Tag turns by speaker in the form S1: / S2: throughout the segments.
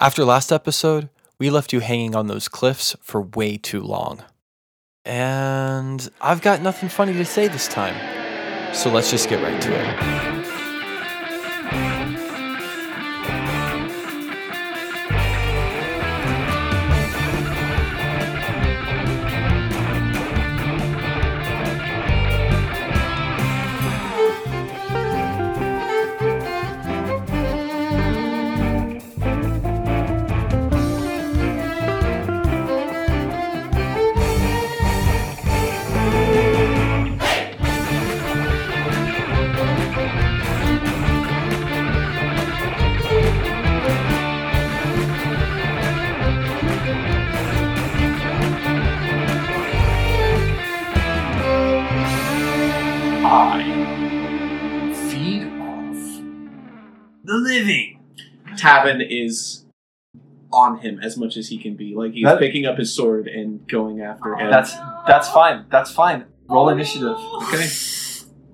S1: After last episode, we left you hanging on those cliffs for way too long. And I've got nothing funny to say this time. So let's just get right to it.
S2: I feed off the living. Tavin is on him as much as he can be. Like he's
S3: That-
S2: picking up his sword and going after him.
S3: That's that's fine. That's fine. Roll
S4: Oh,
S3: initiative.
S4: no.
S2: okay.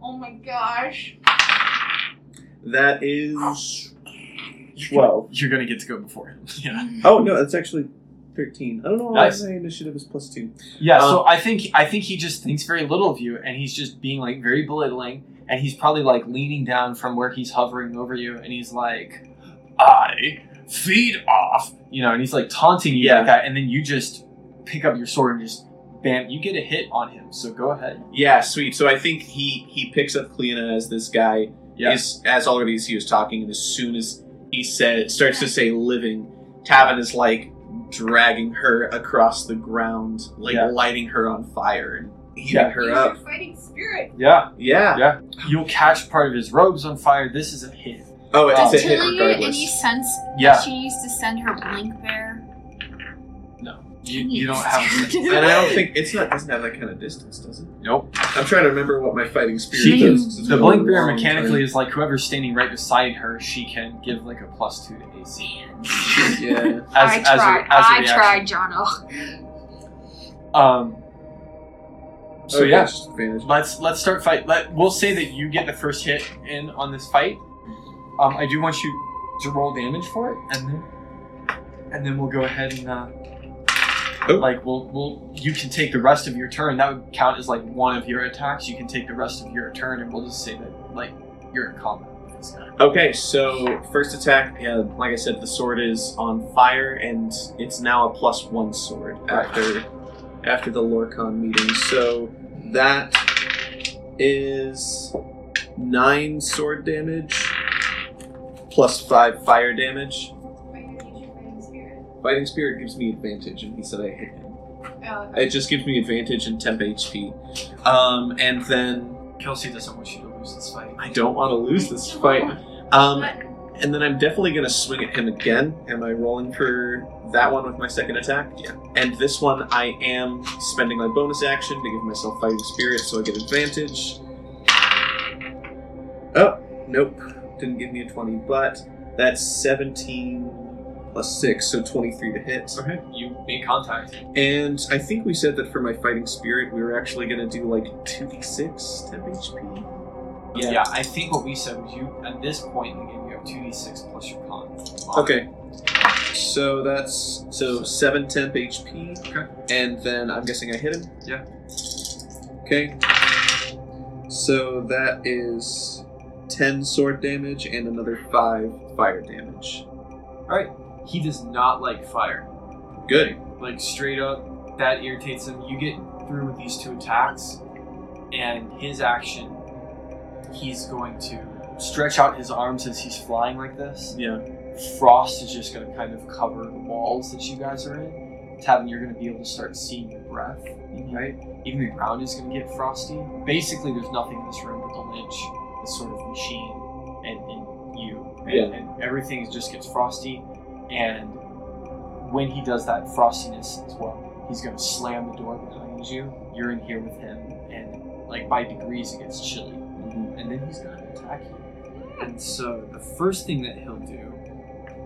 S4: Oh my gosh.
S2: That is twelve.
S3: You're gonna get to go before him.
S2: Yeah. Oh no, that's actually thirteen. I don't know why
S3: Nice.
S2: my initiative is plus two.
S3: Yeah.
S2: Um,
S3: so I think I think he just thinks very little of you, and he's just being like very belittling, and he's probably like leaning down from where he's hovering over you, and he's like, "I feed off," you know, and he's like taunting you
S2: Yeah.
S3: like that, and then you just pick up your sword and just bam, you get a hit on him. So go ahead.
S2: Yeah, sweet. So I think he he picks up Kleena as this guy is as already as he was talking, and as soon as he said starts to say living, Tavin is like dragging her across the ground, like
S3: Yeah.
S2: lighting her on fire and heating
S3: Yeah.
S2: her
S4: Use
S2: up.
S4: your fighting spirit.
S3: Yeah.
S2: Yeah.
S3: You'll catch part of his robes on fire. This is a hit.
S2: Oh, it's a hit
S5: Does Tilly get any
S2: regardless.
S5: sense
S3: Yeah.
S5: that she needs to send her blink there?
S3: You, you don't have.
S2: And I don't think it's not doesn't have that kind of distance, does it?
S3: Nope.
S2: I'm trying to remember what my fighting
S3: She
S2: spirit
S3: can-
S2: is. It's
S3: The
S2: been a
S3: blink bear
S2: long
S3: mechanically is like whoever's standing right beside her, she can give like a plus two to AC.
S2: time. Yeah.
S3: As,
S5: I tried. I
S3: reaction.
S5: tried, Jono.
S3: Um, so
S2: Okay,
S3: yeah,
S2: it's Oh, just advantage.
S3: let's let's start fight. Let we'll say that you get the first hit in on this fight. Um, I do want you to roll damage for it, and then and then we'll go ahead and uh,
S2: Oh.
S3: like we'll we'll you can take the rest of your turn. That would count as like one of your attacks. You can take the rest of your turn, and we'll just say that like you're in combat. with this guy.
S2: Okay, so first attack, uh, like I said, the sword is on fire, and it's now a plus one sword
S3: Right.
S2: after after the Lorcon meeting. So that is nine sword damage, plus five fire damage.
S5: Oh
S4: Wait, I use your fighting spirit.
S2: Fighting Spirit gives me advantage, and he said I hit him.
S4: Oh,
S2: It just gives me advantage and temp HP. Um, and then
S3: Kelsey doesn't want you to lose this fight.
S2: I don't want to lose this fight. Um, And then I'm definitely going to swing at him again. Am I rolling for that one with my second attack? Yeah. And this one, I am spending my bonus action to give myself fighting spirit so I get advantage. Oh, nope. Didn't give me a 20, but that's 17 plus 6, so 23 to hit.
S3: Okay, you make contact.
S2: And I think we said that for my fighting spirit, we were actually going to do like 2d6 temp HP.
S3: Yeah. I think what we said was you at this point in the game you have two d six plus your con.
S2: Okay. So that's so seven temp HP.
S3: Okay.
S2: And then I'm guessing I hit him.
S3: Yeah.
S2: Okay. So that is ten sword damage and another five fire damage.
S3: He does not like fire.
S2: Good.
S3: Like straight up, that irritates him. You get through with these two attacks, and his action, he's going to stretch out his arms as he's flying like this.
S2: Yeah.
S3: Frost is just going to kind of cover the walls that you guys are in. Tavin, you're going to be able to start seeing your breath, right? Even the ground is going to get frosty. Basically, there's nothing in this room but the lynch, this sort of machine, and, and you. And,
S2: Yeah.
S3: and everything just gets frosty. And when he does that frostiness as well, he's going to slam the door behind you. You're in here with him, and like by degrees, it gets chilly
S2: Mm-hmm.
S3: and then he's gonna attack you. And so the first thing that he'll do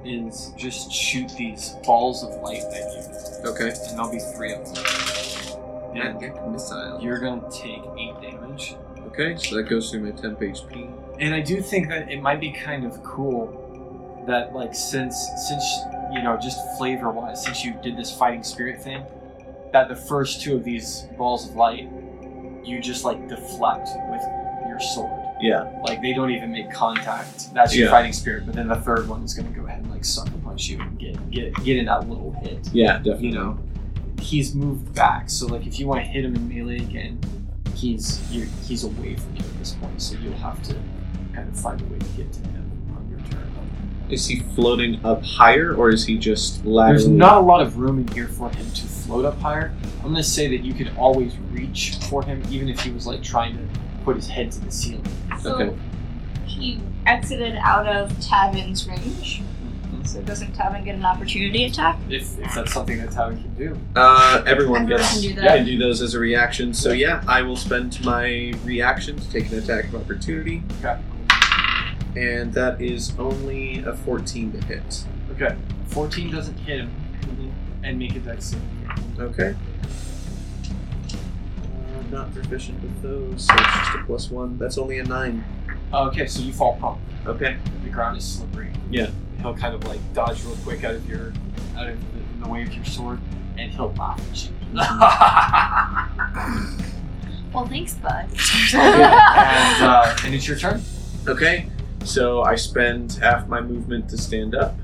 S3: is just shoot these balls of light at you,
S2: Okay.
S3: and there'll be three of them. And
S2: Magic missile.
S3: you're gonna take eight damage.
S2: Okay. So that goes through my temp HP.
S3: And I do think that it might be kind of cool that like since since you know, just flavor wise, since you did this fighting spirit thing, that the first two of these balls of light, you just like deflect with your sword.
S2: Yeah.
S3: Like they don't even make contact. That's your
S2: Yeah.
S3: fighting spirit. But then the third one is gonna go ahead and like sucker punch you and get get get in that little hit.
S2: Yeah, definitely.
S3: You know, he's moved back. So like if you want to hit him in melee again, he's you're, he's away from you at this point. So you'll have to kind of find a way to get to him on your turn.
S2: Is he floating up higher or is he just laterally?
S3: There's not a lot of room in here for him to float up higher. I'm gonna say that you could always reach for him, even if he was like trying to put his head to the ceiling.
S5: So
S2: Okay.
S5: he exited out of Tavin's range.
S6: Mm-hmm.
S5: So doesn't Tavin get an opportunity attack?
S3: If, if that's something that Tavin can do.
S2: Uh, everyone
S5: Everyone
S2: gets.
S5: can do that.
S2: Yeah, I do those as a reaction. So yeah, I will spend my reaction to take an attack of opportunity.
S3: Okay.
S2: And that is only a 14 to hit.
S3: Okay. 14 doesn't hit him and make a dex save.
S2: Okay. Uh, not proficient with those, so it's just a plus one. That's only a nine.
S3: Okay, so you fall prone.
S2: Okay.
S3: The ground is slippery.
S2: Yeah.
S3: He'll kind of like dodge real quick out of your out of the, the way of your sword, and he'll laugh at you.
S5: Well, thanks, bud.
S3: and, uh, and it's your turn.
S2: Okay. So I spend half my movement to stand up.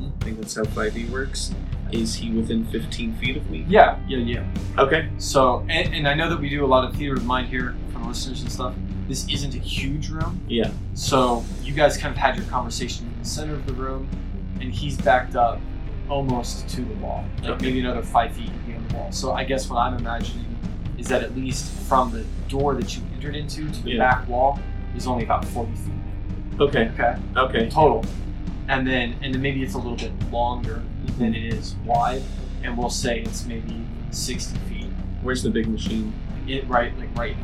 S2: I think that's how 5e works. Is he within 15 feet of me?
S3: Yeah, yeah, yeah.
S2: Okay.
S3: So, and, and I know that we do a lot of theater of mind here for the listeners and stuff. This isn't a huge room.
S2: Yeah.
S3: So, you guys kind of had your conversation in the center of the room, and he's backed up almost to the wall. Like
S2: Okay.
S3: maybe another five feet would be on the wall. So, I guess what I'm imagining is that at least from the door that you entered into to the
S2: Yeah.
S3: back wall is only about 40 feet.
S2: Okay.
S3: Okay.
S2: Okay.
S3: Total. And then, and then maybe it's a little bit longer than it is wide, and we'll say it's maybe 60 feet.
S2: Where's the big machine?
S3: It right, like right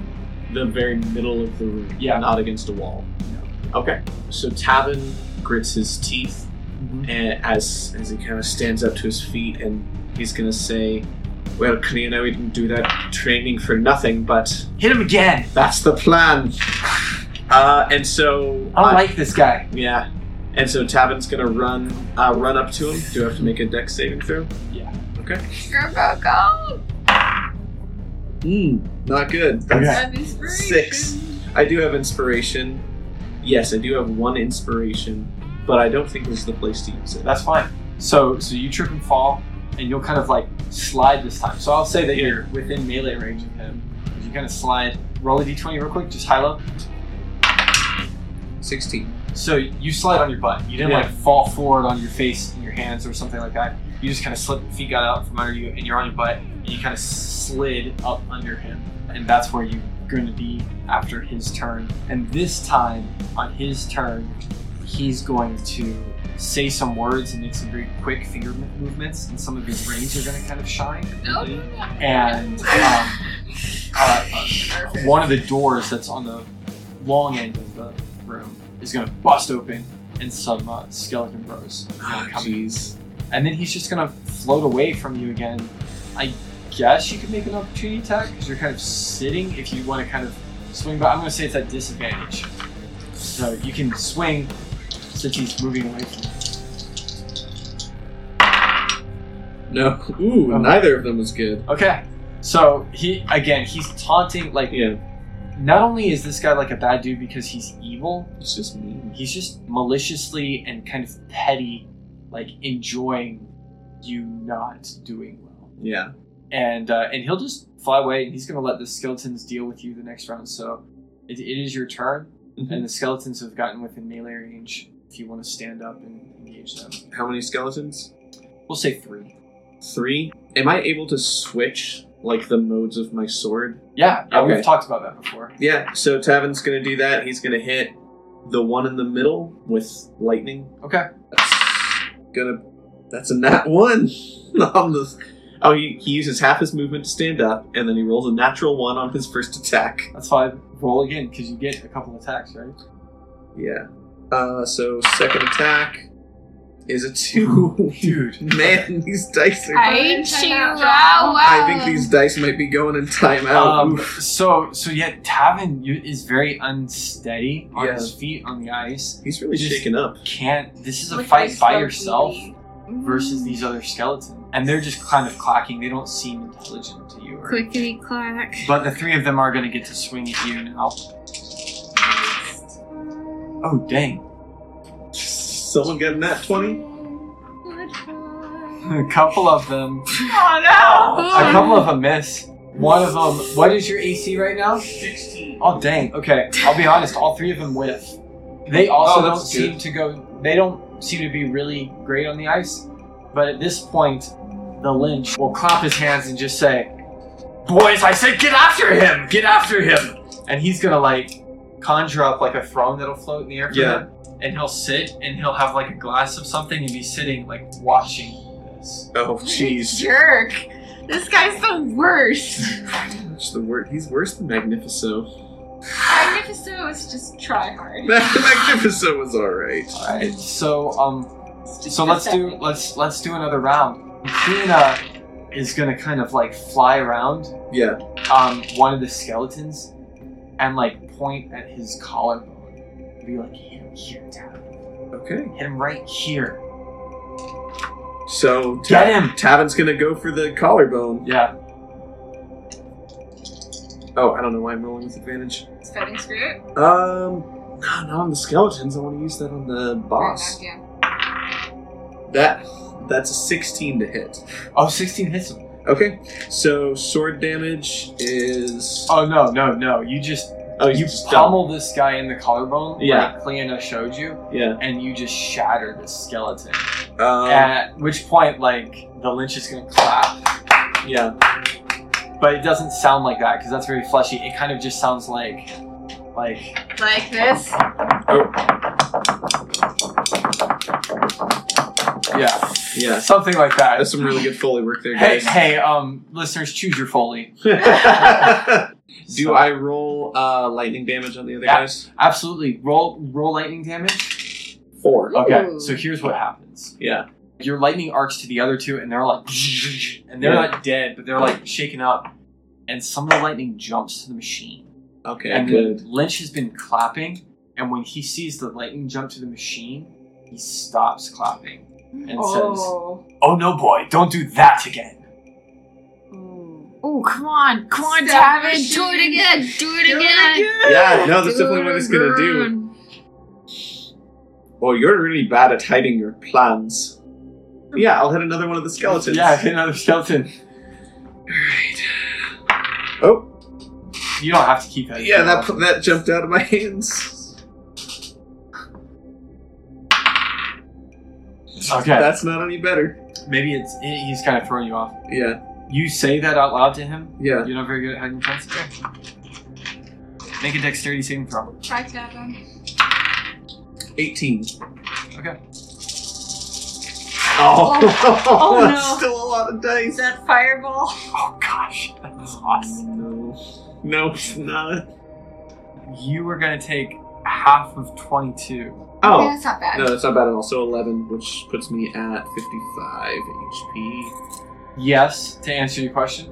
S2: the very middle of the room,
S3: Yeah.
S2: not against a wall. Okay. So Tavin grits his teeth and as as he kind of stands up to his feet, and he's gonna say, "Well, Karina, we didn't do that training for nothing, but
S3: Hit him again.
S2: that's the plan." Uh, and so,
S3: I don't like this guy.
S2: yeah. And so Tavin's gonna run, uh, run up to him. Do I have to make a dex saving throw?
S3: Yeah.
S4: Grandpa, go!
S3: Hmm.
S2: Mm, not good. That's
S3: Okay.
S4: Have inspiration.
S2: Six. I do have inspiration. Yes, I do have one inspiration, but I don't think this is the place to use it.
S3: That's fine. So so you trip and fall, and you'll kind of like slide this time. So I'll say that
S2: Yeah.
S3: you're within melee range of him. If you kind of slide, roll a d20 real quick, just high low.
S2: 16.
S3: So you slide on your butt. You didn't
S2: Yeah.
S3: like fall forward on your face and your hands or something like that. You just kind of slip. Feet got out from under you, and you're on your butt, and you kind of slid up under him, and that's where you're going to be after his turn. And this time, on his turn, he's going to say some words and make some very quick finger m- movements, and some of his rings are going to kind of shine.
S4: No, no, no.
S3: And um, uh, uh,
S4: Perfect.
S3: one of the doors that's on the long end of the room is going to bust open and some uh, skeleton bros are
S2: Ah,
S3: going to come in.
S2: jeez.
S3: And then he's just going to float away from you again. I guess you could make an opportunity attack because you're kind of sitting if you want to kind of swing, but I'm going to say it's at disadvantage. So you can swing since he's moving away from you.
S2: No. Ooh,
S3: Oh.
S2: neither of them was good.
S3: Okay. So he, again, he's taunting. Like,
S2: Yeah,
S3: not only is this guy like a bad dude because he's evil,
S2: it's just mean.
S3: He's just maliciously and kind of petty, like enjoying you not doing well.
S2: Yeah.
S3: And uh, and he'll just fly away, and he's gonna let the skeletons deal with you the next round. So it, it is your turn,
S2: Mhm.
S3: and the skeletons have gotten within melee range. If you want to stand up and engage them,
S2: How many skeletons?
S3: we'll say three.
S2: Three. Am I able to switch, like, the modes of my sword?
S3: Yeah, yeah,
S2: Okay.
S3: we've talked about that before.
S2: Yeah, so Tavin's gonna do that. He's gonna hit the one in the middle with lightning.
S3: Okay.
S2: That's gonna. That's a nat one. on the. Oh, he, he uses half his movement to stand up, and then he rolls a natural one on his first attack.
S3: That's fine. Roll again because you get a couple attacks, right?
S2: Yeah. Uh, so second attack is a two.
S3: Dude.
S2: Man, these dice are.
S4: I-
S5: Hey,
S4: Chihuahua.
S5: Chihuahua.
S2: I think these dice might be going in timeout.
S3: Um,
S2: Oh, Oof.
S3: so so yeah, Tavin you- is very unsteady on
S2: Yeah.
S3: his feet on the ice.
S2: He's really
S3: just-
S2: shaken up.
S3: can't. This is a
S5: Look at
S3: fight
S5: this
S3: by
S5: little
S3: yourself.
S5: booty.
S3: versus these other skeletons. And they're just kind of clacking. They don't seem intelligent to
S5: Mm-hmm.
S3: you. Or,
S4: Quickly clack.
S3: but the three of them are going to get to swing at you now. Oh, dang.
S2: Someone get a nat 20?
S3: A couple of them.
S5: Oh
S3: A couple of them miss. One of them. What is your AC right now?
S2: 16.
S3: Oh dang. Okay, I'll be honest. All three of them whiff. They also
S2: Oh,
S3: don't
S2: that's
S3: seem
S2: good.
S3: to go. They don't seem to be really great on the ice. But at this point, the Lynch will clap his hands and just say, "Boys, I said, get after him! Get after him!" And he's gonna like conjure up like a throne that'll float in the air. for
S2: Yeah.
S3: him, And he'll sit and he'll have like a glass of something and be sitting like watching this.
S2: Oh, jeez.
S5: Jerk. This guy's the worst.
S2: That's the word. He's worse than Magnifico.
S5: Magnifico is just try hard.
S2: Magnifico was alright.
S3: All right. So um, So let's do let's let's do another round. Tina is gonna kind of like fly around
S2: Yeah.
S3: um one of the skeletons and like point at his collarbone. Be like, hit him here, Tavin.
S2: Okay.
S3: Hit him right here.
S2: So,
S3: Get him!
S2: Tavin's gonna go for the collarbone.
S3: Yeah.
S2: Oh, I don't know why I'm rolling with advantage.
S5: Fighting spirit.
S2: Um, no, not on the skeletons. I want to use that on the boss.
S5: Yeah.
S2: That that's a 16 to hit.
S3: Oh, 16 hits him.
S2: Okay, so sword damage is
S3: Oh no, no, no. You just
S2: oh
S3: you
S2: dumb.
S3: pummel this guy in the collarbone
S2: Yeah.
S3: like Cleana showed you,
S2: yeah.
S3: and you just shatter this skeleton.
S2: Um,
S3: At which point, like the lynch is gonna clap
S2: yeah.
S3: but it doesn't sound like that because that's very fleshy. It kind of just sounds like, like
S5: Like this.
S3: yeah,
S2: Yeah.
S3: something like that.
S2: That's some really good foley work there,
S3: Hey,
S2: guys.
S3: hey, um, listeners, choose your foley.
S2: Do I roll uh, lightning damage on the other
S3: Yeah.
S2: guys?
S3: Absolutely, roll roll lightning damage.
S2: Four.
S3: Okay,
S5: Ooh.
S3: so here's what happens.
S2: Yeah.
S3: Your lightning arcs to the other two, and they're like, and they're
S2: Yeah.
S3: not dead, but they're like shaken up, and some of the lightning jumps to the machine.
S2: Okay.
S3: and
S2: good.
S3: Lynch has been clapping, and when he sees the lightning jump to the machine, he stops clapping and says,
S5: Oh.
S3: "Oh no, boy, don't do that again."
S4: Oh, come on, come on,
S5: Stop
S4: Tavin, do it
S5: machine.
S4: again, do it again.
S2: Yeah. No, that's
S4: Do
S2: definitely
S4: it
S2: what it's gonna do.
S4: again.
S2: Oh, you're really bad at hiding your plans. Yeah, I'll hit another one of the skeletons.
S3: Yeah, hit another skeleton.
S2: Oh.
S3: You don't have to keep that.
S2: Yeah, that that jumped out of my hands.
S3: Okay.
S2: That's not any better.
S3: Maybe it's it, he's kind of throwing you off.
S2: Yeah,
S3: You say that out loud to him.
S2: yeah.
S3: You're not very good at hiding plants. Okay. Make a dexterity saving throw.
S5: Try Tavin.
S2: 18.
S3: Okay.
S2: Oh,
S5: Oh, no.
S2: that's still a lot of
S5: Is
S2: dice.
S5: that fireball?
S3: Oh gosh, that's awesome.
S2: No. No, it's not.
S3: You were gonna take half of twenty-two.
S2: Oh.
S5: that's not bad.
S2: No, that's not bad at all. So 11, which puts me at 55 HP.
S3: Yes, to answer your question,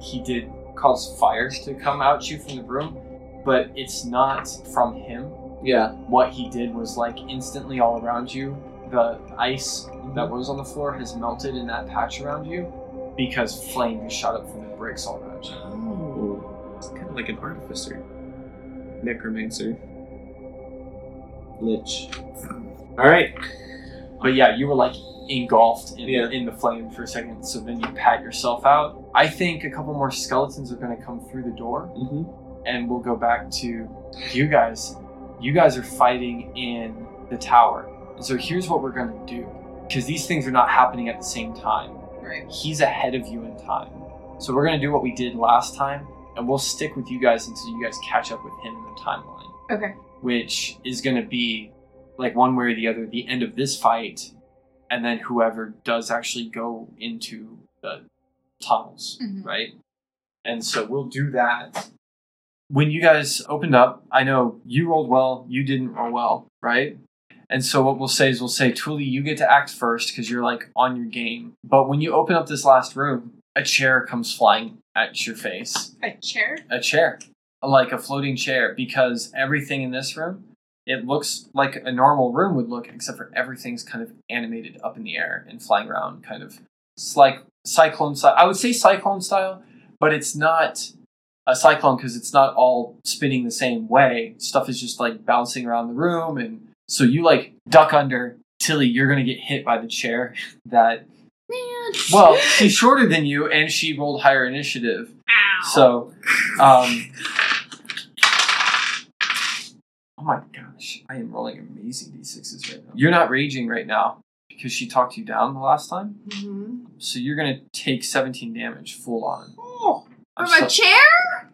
S3: he did cause fire to come out you from the broom, but it's not from him.
S2: Yeah.
S3: what he did was like instantly all around you the ice that was on the floor has melted in that patch around you because flame has shot up from the bricks all around you
S2: Oh. It's kind of like an artificer. Necromancer. Lich. Alright.
S3: but yeah you were like engulfed in,
S2: Yeah.
S3: in the flame for a second so then you pat yourself out i think a couple more skeletons are going to come through the door
S2: Mm-hmm.
S3: and we'll go back to you guys. You guys are fighting in the tower. And so here's what we're going to do because these things are not happening at the same time.
S5: Right.
S3: He's ahead of you in time. So we're going to do what we did last time and we'll stick with you guys until you guys catch up with him in the timeline,
S5: Okay.
S3: which is going to be like one way or the other the end of this fight and then whoever does actually go into the tunnels
S6: Mm-hmm.
S5: Mhm.
S3: right? And so we'll do that. When you guys opened up, I know you rolled well, you didn't roll well, right? And so what we'll say is we'll say, Tuli, you get to act first because you're like on your game. But when you open up this last room, a chair comes flying at your face.
S5: A chair?
S3: A chair, like a floating chair, because everything in this room It looks like a normal room would look, except for everything's kind of animated up in the air and flying around, kind of it's like cyclone style. I would say cyclone style, but it's not a cyclone because it's not all spinning the same way. Stuff is just like bouncing around the room, and so you like duck under. Tilly, you're gonna get hit by the chair that. Well, she's shorter than you, and she rolled higher initiative,
S6: Ow.
S3: so, um, oh my gosh, I am rolling amazing d6s right now. You're not raging right now because she talked you down the last time,
S5: Mm-hmm.
S3: so you're gonna take 17 damage full on.
S5: Oh,
S3: I'm
S5: from a
S3: so-
S5: chair?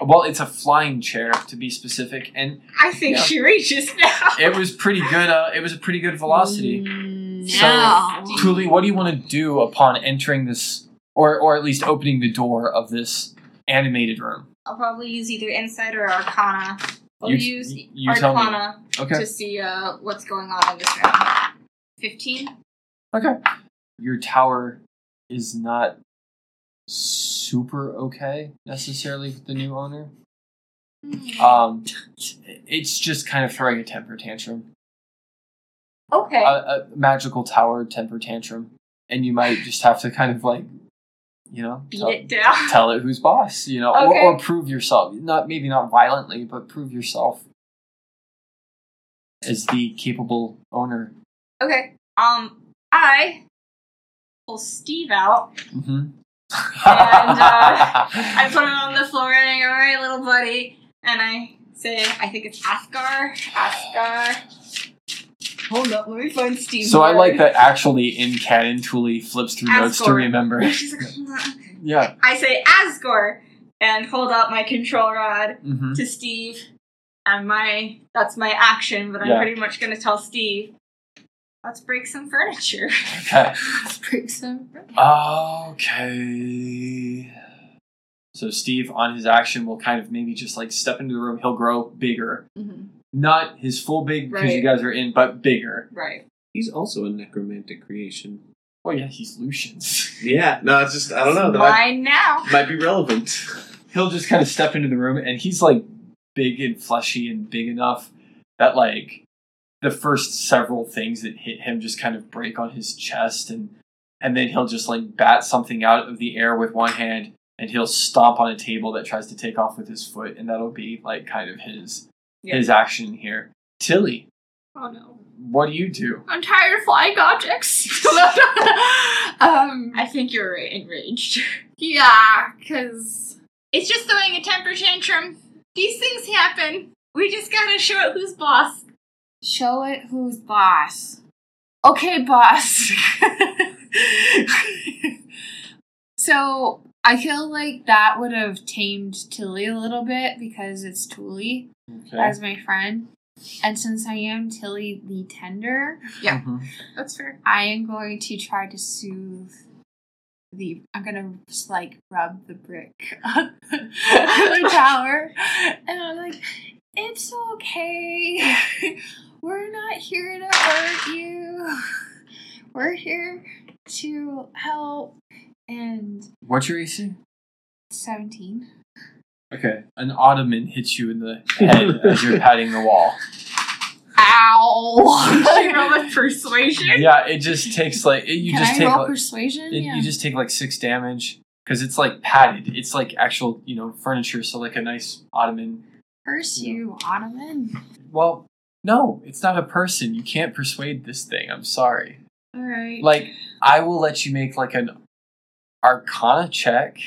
S3: well, it's a flying chair to be specific, and
S5: I think
S3: Yeah.
S5: she reaches now.
S3: it was pretty good. Uh, it was a pretty good velocity.
S5: Mm,
S3: So-
S6: No.
S3: Tuli, what do you want to do upon entering this, or or at least opening the door of this animated room?
S5: I'll probably use either Insight or Arcana. I'll
S3: You-
S5: use
S3: you- you tell me.
S5: Arcana
S3: Okay.
S5: to see uh, what's going on in this round. 15?
S3: Okay. Your tower is not super okay necessarily with the new owner.
S5: Hmm.
S3: Um, it's just kind of throwing a temper tantrum,
S5: Okay.
S3: a, a magical tower temper tantrum, and you might just have to kind of like, you know,
S5: Beat
S3: tell,
S5: it down.
S3: tell it who's boss, you know,
S5: Okay.
S3: or, or prove yourself. Not maybe not violently, but prove yourself as the capable owner.
S5: Okay. Um, I pull Steve out.
S3: Mm-hmm.
S5: uh, I put him on the floor and I go, all right, little buddy. And I say, I think it's Asgar. Asgar. Hold up, let me find Steve.
S3: So I
S5: first.
S3: like that actually in canon Thule flips through notes to
S5: Asgore.
S3: remember.
S5: She's like, "Hold on."
S3: yeah.
S5: I say Asgore and hold out my control rod
S3: hmm
S5: to Steve. And my that's my action, but I'm
S3: Yeah.
S5: pretty much gonna tell Steve. Let's break some furniture.
S3: Okay.
S6: Let's break some.
S3: Okay. So Steve on his action will kind of maybe just like step into the room. He'll grow bigger.
S5: Mhm.
S3: Not his full big because you
S5: Right.
S3: guys are in, but bigger.
S5: Right.
S2: He's also a necromantic creation.
S3: Oh yeah, he's Lucian's.
S2: Yeah, no, it's just I don't know. That might,
S5: Mine now.
S2: might be relevant.
S3: he'll just kind of step into the room and he's like big and fleshy and big enough that like the first several things that hit him just kind of break on his chest and and then he'll just like bat something out of the air with one hand and he'll stomp on a table that tries to take off with his foot and that'll be like kind of his
S5: Yeah.
S3: his action here tilly
S6: Oh no.
S3: what do you do
S6: I'm tired of flying objects. um.
S5: I think you're enraged.
S6: Yeah, because
S5: It's just throwing a temper tantrum. These things happen. We just gotta show it who's boss.
S6: show it who's boss. Okay, boss. so I feel like that would have tamed Tilly a little bit because it's Tuli
S3: okay
S6: as my friend. And since I am Tilly the tender,
S5: yeah.
S3: Mhm.
S5: That's fair.
S6: I am going to try to soothe the. I'm gonna just like rub the brick on the tower, and I'm like, "It's okay. We're not here to hurt you. We're here to help." And
S3: what's your ac
S6: 17.
S3: okay an ottoman hits you in the head
S2: uh,
S3: as you're patting the wall
S5: she roll
S6: Ow!
S5: with persuasion.
S3: yeah it just takes like it, you
S6: Can
S3: just
S6: I
S3: take
S6: roll
S3: like,
S6: persuasion?
S3: It,
S6: yeah.
S3: You just take like six damage because it's like padded. It's like actual, you know, furniture. So like a nice ottoman.
S6: Curse
S3: yeah.
S6: you, Ottoman.
S3: Well, no, it's not a person. You can't persuade this thing. I'm sorry.
S6: All right.
S3: Like I will let you make like an arcana check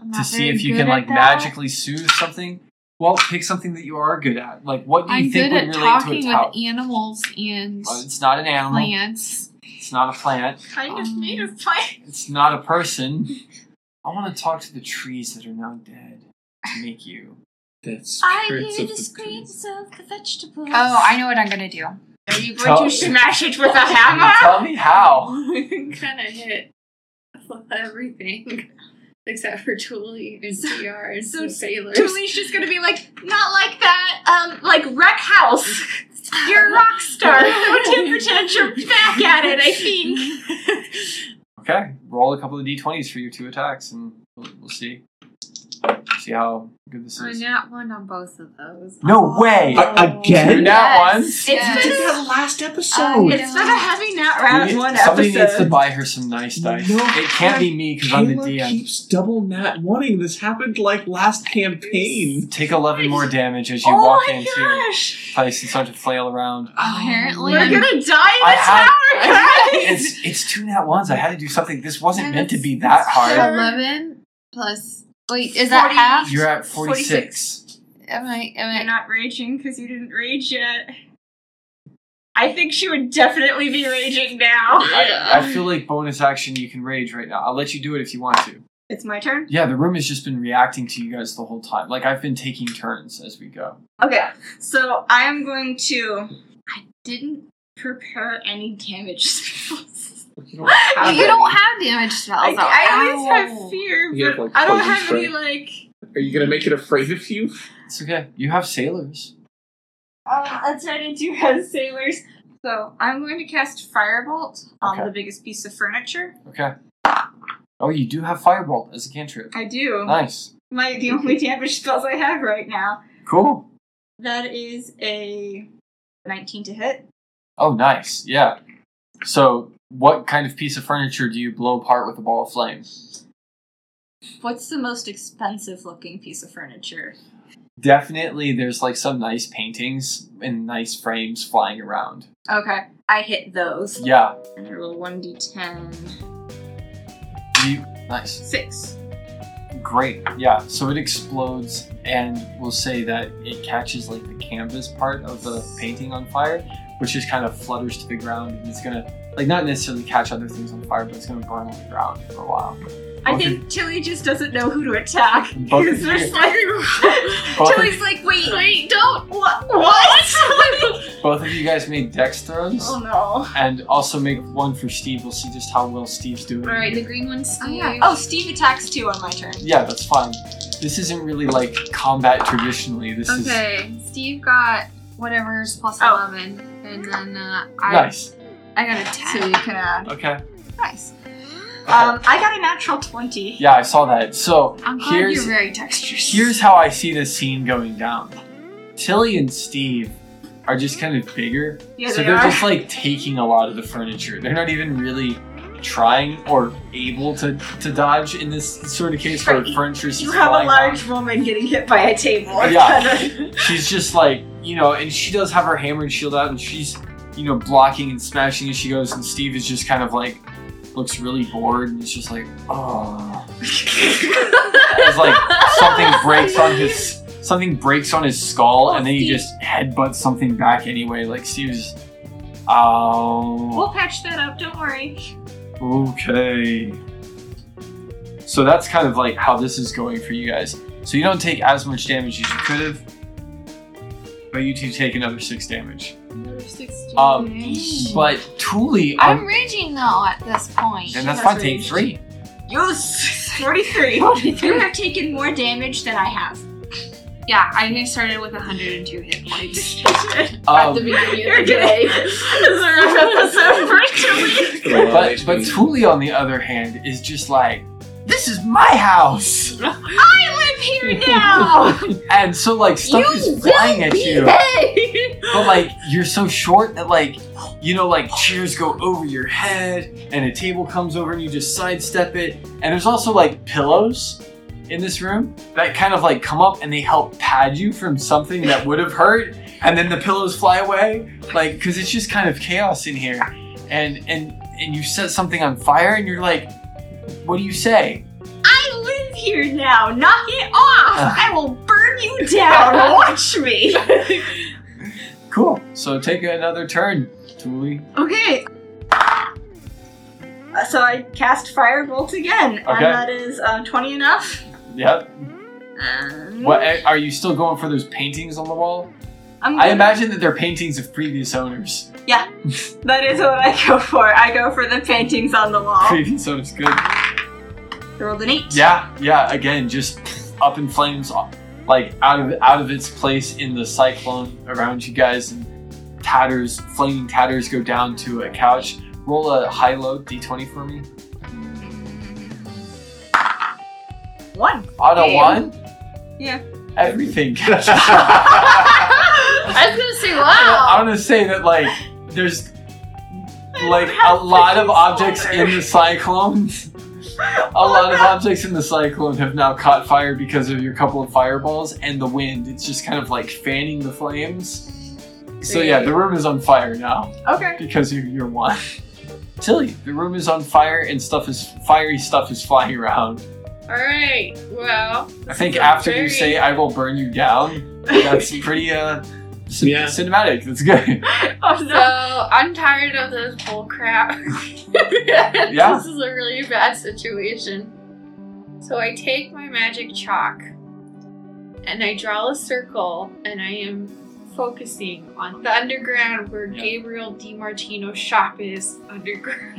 S6: I'm
S3: to
S6: not
S3: see
S6: very
S3: if you
S6: good
S3: can
S6: at
S3: like
S6: that.
S3: magically soothe something. Well, pick something that you are good at. Like what do you
S6: I'm
S3: think
S6: good
S3: would
S6: at
S3: relate
S6: talking
S3: to a tower?
S6: with animals and
S3: Well, it's not an animal.
S6: plants.
S3: It's not a plant.
S5: Kind of
S6: Um,
S5: made of pie.
S3: It's not a person. I want to talk to the trees that are now dead to make you.
S2: That's
S5: I
S2: spirits
S5: hear
S2: of
S5: the
S2: the
S5: screams of the vegetables.
S6: Oh, I know what I'm gonna do.
S5: Are you going
S3: Tell-
S5: to smash it with a hammer?
S3: Tell me how.
S6: I'm gonna hit everything except for Julie and Dr. and
S5: so the
S6: sailors.
S5: Julie's just gonna be like, not like that, um, like Wreck House. You're a rock star. No temper tantrum. Back at it, I think.
S3: Okay, roll a couple of d20s for your two attacks, and we'll, we'll see. See how good this
S5: I
S3: is.
S5: nat one on both of those.
S3: No way!
S6: Uh,
S4: Oh.
S2: A- again?
S3: Two nat ones?
S5: Yes. It's been a-
S2: last Uh,
S4: episode.
S5: it's been a heavy nat round
S3: We-
S5: one
S3: Somebody
S5: episode.
S3: needs to buy her some nice dice.
S2: No.
S3: It can't be me because I'm the DM.
S2: keeps double nat wanting. This happened like last campaign.
S3: Take 11 more damage as you
S5: oh
S3: walk
S5: my
S3: into
S5: gosh!
S3: your place and start to flail around.
S4: Apparently,
S5: We're gonna die in the
S3: I have-
S5: tower, guys!
S3: It's it's two nat ones. I had to do something. This wasn't meant to be that
S5: That's-
S3: hard.
S5: that's
S4: eleven plus. Wait, is
S5: Forty.
S4: that half?
S3: You're at 46.
S4: Am I?
S5: You're
S4: Am I?
S5: not raging because you didn't rage yet. I think she would definitely be raging now.
S3: I, I feel like bonus action you can rage right now. I'll let you do it if you want to.
S5: It's my turn.
S3: Yeah, the room has just been reacting to you guys the whole time. Like I've been taking turns as we go.
S5: Okay, so I am going to. I didn't prepare any damage spells.
S2: You don't have
S4: You
S2: any.
S4: don't have damage spells.
S5: I,
S4: though.
S5: I always
S4: Ow.
S5: have fear,
S2: You have,
S5: but
S2: like,
S5: I don't
S2: poison
S5: have any
S2: spray.
S5: like.
S2: Are you gonna make it afraid of you?
S3: It's okay. You have sailors.
S5: Um, that's right, I do have sailors. So I'm going to cast firebolt on
S3: Okay.
S5: the biggest piece of furniture.
S3: Okay. Oh, you do have firebolt as a cantrip.
S5: I do.
S3: Nice.
S5: My the only damage spells I have right now.
S3: Cool.
S5: That is a 19 to hit.
S3: Oh, nice. Yeah. So, what kind of piece of furniture do you blow apart with a ball of flame?
S5: What's the most expensive looking piece of furniture?
S3: Definitely, there's like some nice paintings and nice frames flying around.
S5: Okay, I hit those.
S3: Yeah.
S5: And I roll 1d10.
S3: You, nice.
S5: Six.
S3: Great. Yeah. So it explodes, and we'll say that it catches like the canvas part of the painting on fire, which just kind of flutters to the ground, and it's gonna like not necessarily catch other things on fire, but it's gonna burn on the ground for a while.
S5: I
S3: Both
S5: think Tilly just doesn't know who to attack.
S3: Both
S5: Because
S3: of
S5: there's
S3: you-
S5: like.
S3: Both of-
S5: Tilly's like, wait,
S4: Wait, don't.
S5: what? What?
S3: of- both of you guys made dex throws.
S5: oh no.
S3: and also make one for Steve. We'll see just how well Steve's doing.
S4: All right, the green one's Steve.
S5: Oh, Steve attacks too on my turn.
S3: Yeah, that's fine. This isn't really like combat traditionally. This is
S4: Okay, Steve got whatever's plus
S5: Oh.
S4: eleven, and then uh, I
S3: nice.
S4: I got a ten.
S5: So you can add.
S3: Okay.
S4: Nice.
S5: Um, I got a natural 20.
S3: Yeah, I saw that. So
S4: I'm glad
S3: here's
S4: you're very dexterous.
S3: here's how I see this scene going down. Tilly and Steve are just kind of bigger,
S5: Yeah,
S3: so
S5: they
S3: they're
S5: are.
S3: just like taking a lot of the furniture. They're not even really trying or able to to dodge in this sort of case where
S5: Right.
S3: furniture is
S5: You have a
S3: flying around.
S5: large woman getting hit by a table.
S3: Yeah. she's just like you know and she does have her hammer and shield out and she's you know blocking and smashing as she goes and steve is just kind of like looks really bored and he's just like oh it's like something breaks on his something breaks on his skull and then he
S4: Steve.
S3: just headbutts something back anyway like oh. steve's oh
S5: We'll patch that up, don't worry.
S3: okay so that's kind of like how this is going for you guys so you don't take as much damage as you could have but you two take another six damage
S5: Another 16.
S3: Um, But Thule,
S4: I'm
S3: um,
S4: raging though at this point.
S3: and that's
S5: has
S3: fine. Take
S5: rage.
S3: three.
S5: Yes! 43. You have taken more damage than I have.
S4: Yeah, I started with 102 hit points.
S3: Um,
S4: beginning
S5: You're gay. This is a rough episode for Tilly.
S3: but but Thule, on the other hand, is just like, this is my house,
S5: I live here now!
S3: and so like stuff is flying at you.
S5: Hey!
S3: But like you're so short that like you know like chairs go over your head, and a table comes over, and you just sidestep it. And there's also like pillows in this room that kind of like come up and they help pad you from something that would have hurt and then the pillows fly away like because it's just kind of chaos in here and and and you set something on fire and you're like what do you say
S5: I live here now. Knock it off!
S3: Ugh.
S5: I will burn you down. Watch me.
S3: cool so take another turn Thule.
S5: Okay. Uh, So I cast Firebolt again,
S3: Okay.
S5: and that is uh, 20 enough.
S3: yep
S5: And
S3: what eh, are you still going for those paintings on the wall
S5: I'm
S3: i
S5: gonna-
S3: imagine that they're paintings of previous owners
S5: That is what I go for. I go for the paintings on the wall.
S3: previous owners good
S5: I rolled an 8.
S3: Yeah, yeah. Again, just up in flames, like out of out of its place in the cyclone around you guys, and tatters, flaming tatters go down to a couch. Roll a high low d20 for me.
S5: One.
S3: On a
S5: Damn.
S3: one?
S5: Yeah.
S3: Everything.
S5: I was gonna say
S3: I
S5: wow.
S3: want to say that like there's like
S5: I
S3: a
S5: don't
S3: lot
S5: have
S3: of objects
S5: freaking
S3: in the cyclone. a lot of objects in the cyclone have now caught fire because of your couple of fireballs and the wind. It's just kind of like fanning the flames. So yeah, the room is on fire now
S5: Okay.
S3: because of your one. Tilly, the room is on fire and stuff is fiery stuff is flying around.
S6: All right. Well,
S3: I think
S6: is a
S3: after you
S6: very-
S3: say "I will burn you down," that's pretty uh cin-
S2: Yeah.
S3: cinematic. That's good.
S5: Oh
S6: so I'm tired of this bull crap.
S3: Yeah.
S6: This is a really bad situation. So I take my magic chalk and I draw a circle and I am focusing on the underground where
S3: Yeah.
S6: Gabriel DiMartino's shop is underground.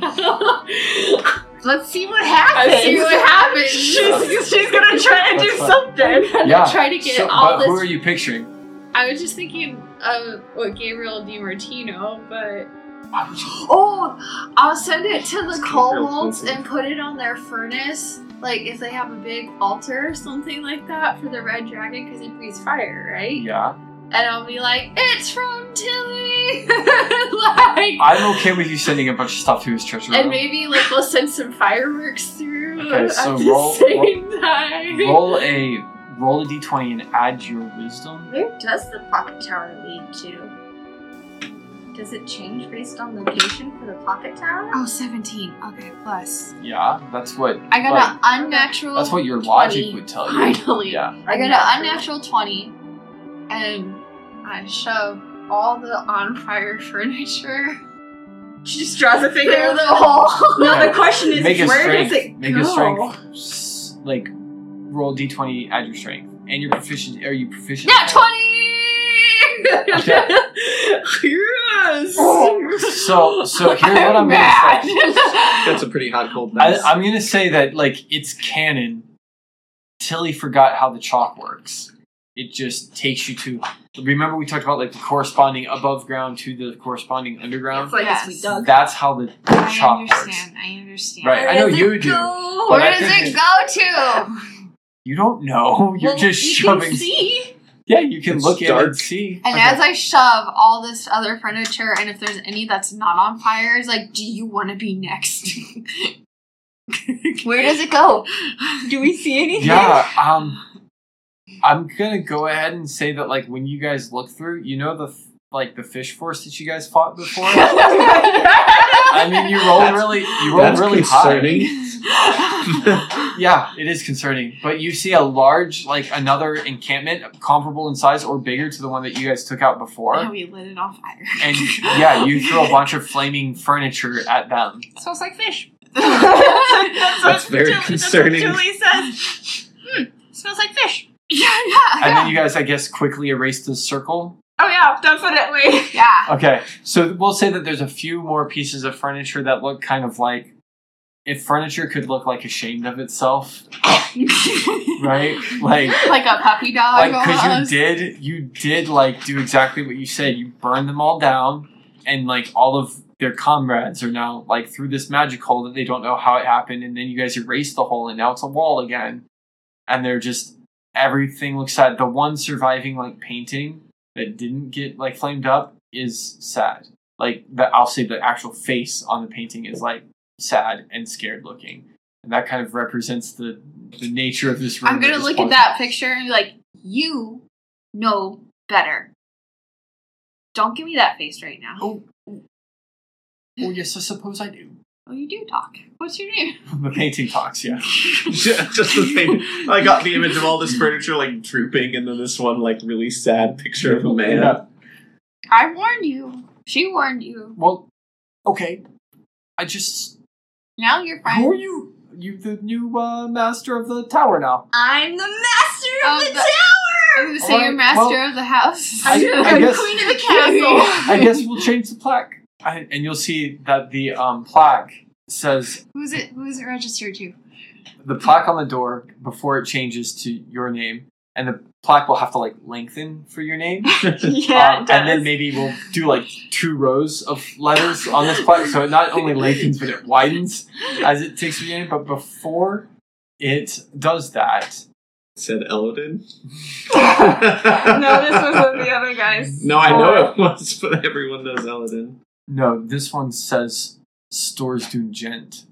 S5: Let's see what happens.
S6: I see what happens.
S5: She's, she's gonna try and do
S3: That's fine.
S5: something.
S6: And
S3: Yeah,
S6: I try to get
S3: So-
S6: all
S3: but
S6: this
S3: who are you picturing?
S6: I was just thinking of what Gabriel DiMartino, but
S5: Oh, I'll send it to the
S2: Keep real
S5: kobolds
S2: quick.
S5: and put it on their furnace. Like if they have a big altar or something like that for the red dragon because it breathes fire, right?
S3: Yeah.
S5: And I'll be like, it's from Tilly! like,
S3: I'm okay with you sending a bunch of stuff to his treasure
S6: and
S3: room.
S6: maybe like we'll send some fireworks through
S3: Okay, so
S6: at the
S3: roll-
S6: same time.
S3: Roll a roll a d20 and add your wisdom.
S5: Where does the pocket tower lead to? Does it change based on location for the pocket tower?
S4: Oh, 17. Okay, plus.
S3: Yeah, that's what
S5: I got
S3: Right.
S5: an unnatural.
S3: that's what your logic
S5: 20.
S3: would tell you.
S5: Finally.
S3: Yeah.
S5: I got
S6: Unnatural.
S5: an unnatural 20, and I shove all the on fire furniture
S6: She just draws a
S5: through
S6: finger.
S5: the hole.
S6: No,
S3: Okay.
S6: the question is,
S3: Make a
S6: where
S3: strength.
S6: does it
S3: Make
S6: go?
S3: a strength. s- Like roll d20, add your strength and your proficiency. Are you proficient?
S5: Nat 20!
S6: yes.
S3: So so here's what I'm gonna say.
S2: That's a pretty hot cold
S3: I,
S2: mess.
S3: I'm gonna say that like it's canon. Tilly forgot how the chalk works. It just takes you to. Remember we talked about like the corresponding above ground to the corresponding underground.
S6: It's like
S4: Yes.
S6: a sweet
S5: uh,
S6: dog.
S3: That's how the
S4: I
S3: chalk works.
S4: understand. I understand.
S3: Right. I know you do,
S5: Go?
S3: but
S5: Where
S3: I
S5: does
S3: think
S5: it go to?
S3: You don't know. You're
S5: Well,
S3: just
S5: you
S3: shoving.
S5: Can see.
S3: Yeah, you can
S2: It's
S3: look at it
S2: dark.
S3: and see.
S5: And
S3: Okay.
S5: as I shove all this other furniture, and if there's any that's not on fire, it's like, do you want to be next? Where does it go?
S6: Do we see anything?
S3: yeah, um, I'm gonna go ahead and say that like when you guys look through, you know the f- like the fish force that you guys fought before. I mean, you rolled
S2: That's-
S3: really, you rolled
S2: That's
S3: really high.
S2: concerning.
S3: Yeah, it is concerning. But you see a large, like another encampment comparable in size or bigger to the one that you guys took out
S4: Now
S5: Oh
S3: before.
S4: we lit it on fire.
S3: And yeah, you throw a bunch of flaming furniture at them.
S4: Smells like fish.
S6: that's
S2: That's
S6: what
S2: very
S6: Julie-
S2: concerning.
S6: That's what Julie says.
S4: Hmm, Smells like fish.
S5: yeah,
S3: And
S5: yeah.
S3: then you guys, I guess, quickly erase the circle.
S6: Oh yeah, definitely.
S5: yeah.
S3: Okay, so we'll say that there's a few more pieces of furniture that look kind of like if furniture could look like ashamed of itself, right? Like,
S5: Like a puppy dog
S3: like because
S5: almost.
S3: you did, you did like do exactly what you said. You burned them all down, and like all of their comrades are now like through this magic hole that they don't know how it happened, and then you guys erase the hole, and now it's a wall again, and they're just everything looks sad. The one surviving like painting that didn't get like flamed up is sad. Like the I'll say the actual face on the painting is like sad and scared looking. And that kind of represents the the nature of this room.
S5: I'm gonna
S3: this
S5: look at
S3: point.
S5: that picture and be like, you know better. Don't give me that face right now.
S3: Oh, Oh yes, I suppose I do.
S5: Oh, you do talk. What's your name?
S3: the painting talks, yeah.
S2: Ju- Just the thing. I got the image of all this furniture like drooping, and then this one like really sad picture of a man.
S3: Yeah.
S5: I warned you. She warned you.
S3: Well okay. I just
S5: Now you're friends.
S3: Who are you? You the new uh, master of the tower now.
S5: I'm the master
S6: of the
S5: tower. So you're
S3: Alright,
S5: master
S3: well,
S5: of the house.
S3: I- I
S5: I'm
S3: guess-
S5: queen of the castle.
S3: I guess we'll change the plaque. I, and you'll see that the um, plaque says
S4: Who's it? Who is it registered to?
S3: the plaque on the door before it changes to your name, and the plaque will have to like lengthen for your name.
S6: yeah,
S3: Um,
S6: it does.
S3: and then maybe we'll do like two rows of letters on this plaque, so it not only lengthens but it widens as it takes your name. But before It does that.
S2: Said Elodin.
S5: No, this wasn't the other guys.
S2: No, I know it was, but everyone knows Elodin.
S3: No, this one says stores do gent,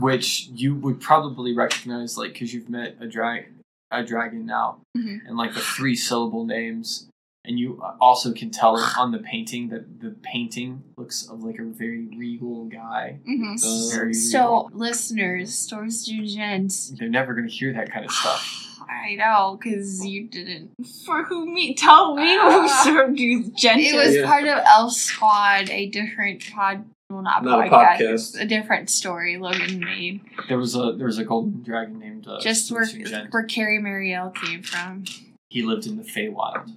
S3: which you would probably recognize, like because you've met a drag a dragon now,
S6: Mm-hmm.
S4: Mhm.
S3: and like the three syllable names, and you also can tell on the painting that the painting looks of like a very regal guy.
S4: Mhm.
S2: Uh,
S3: Very
S4: So, listeners, stores do gent.
S3: regal. they're never gonna hear that kind of stuff.
S4: I know, because you didn't.
S5: For who me? Tell me who served you gently.
S4: It was
S2: Yeah.
S4: part of Elf Squad, a different pod. Well,
S5: Oh
S4: not,
S2: Not a
S4: podcast.
S2: podcast.
S4: A different story Logan made.
S3: There was a there was a golden dragon named uh,
S4: Just where,
S3: Stores do Gent.
S4: where Carrie Marielle came from.
S3: he lived in the Feywild.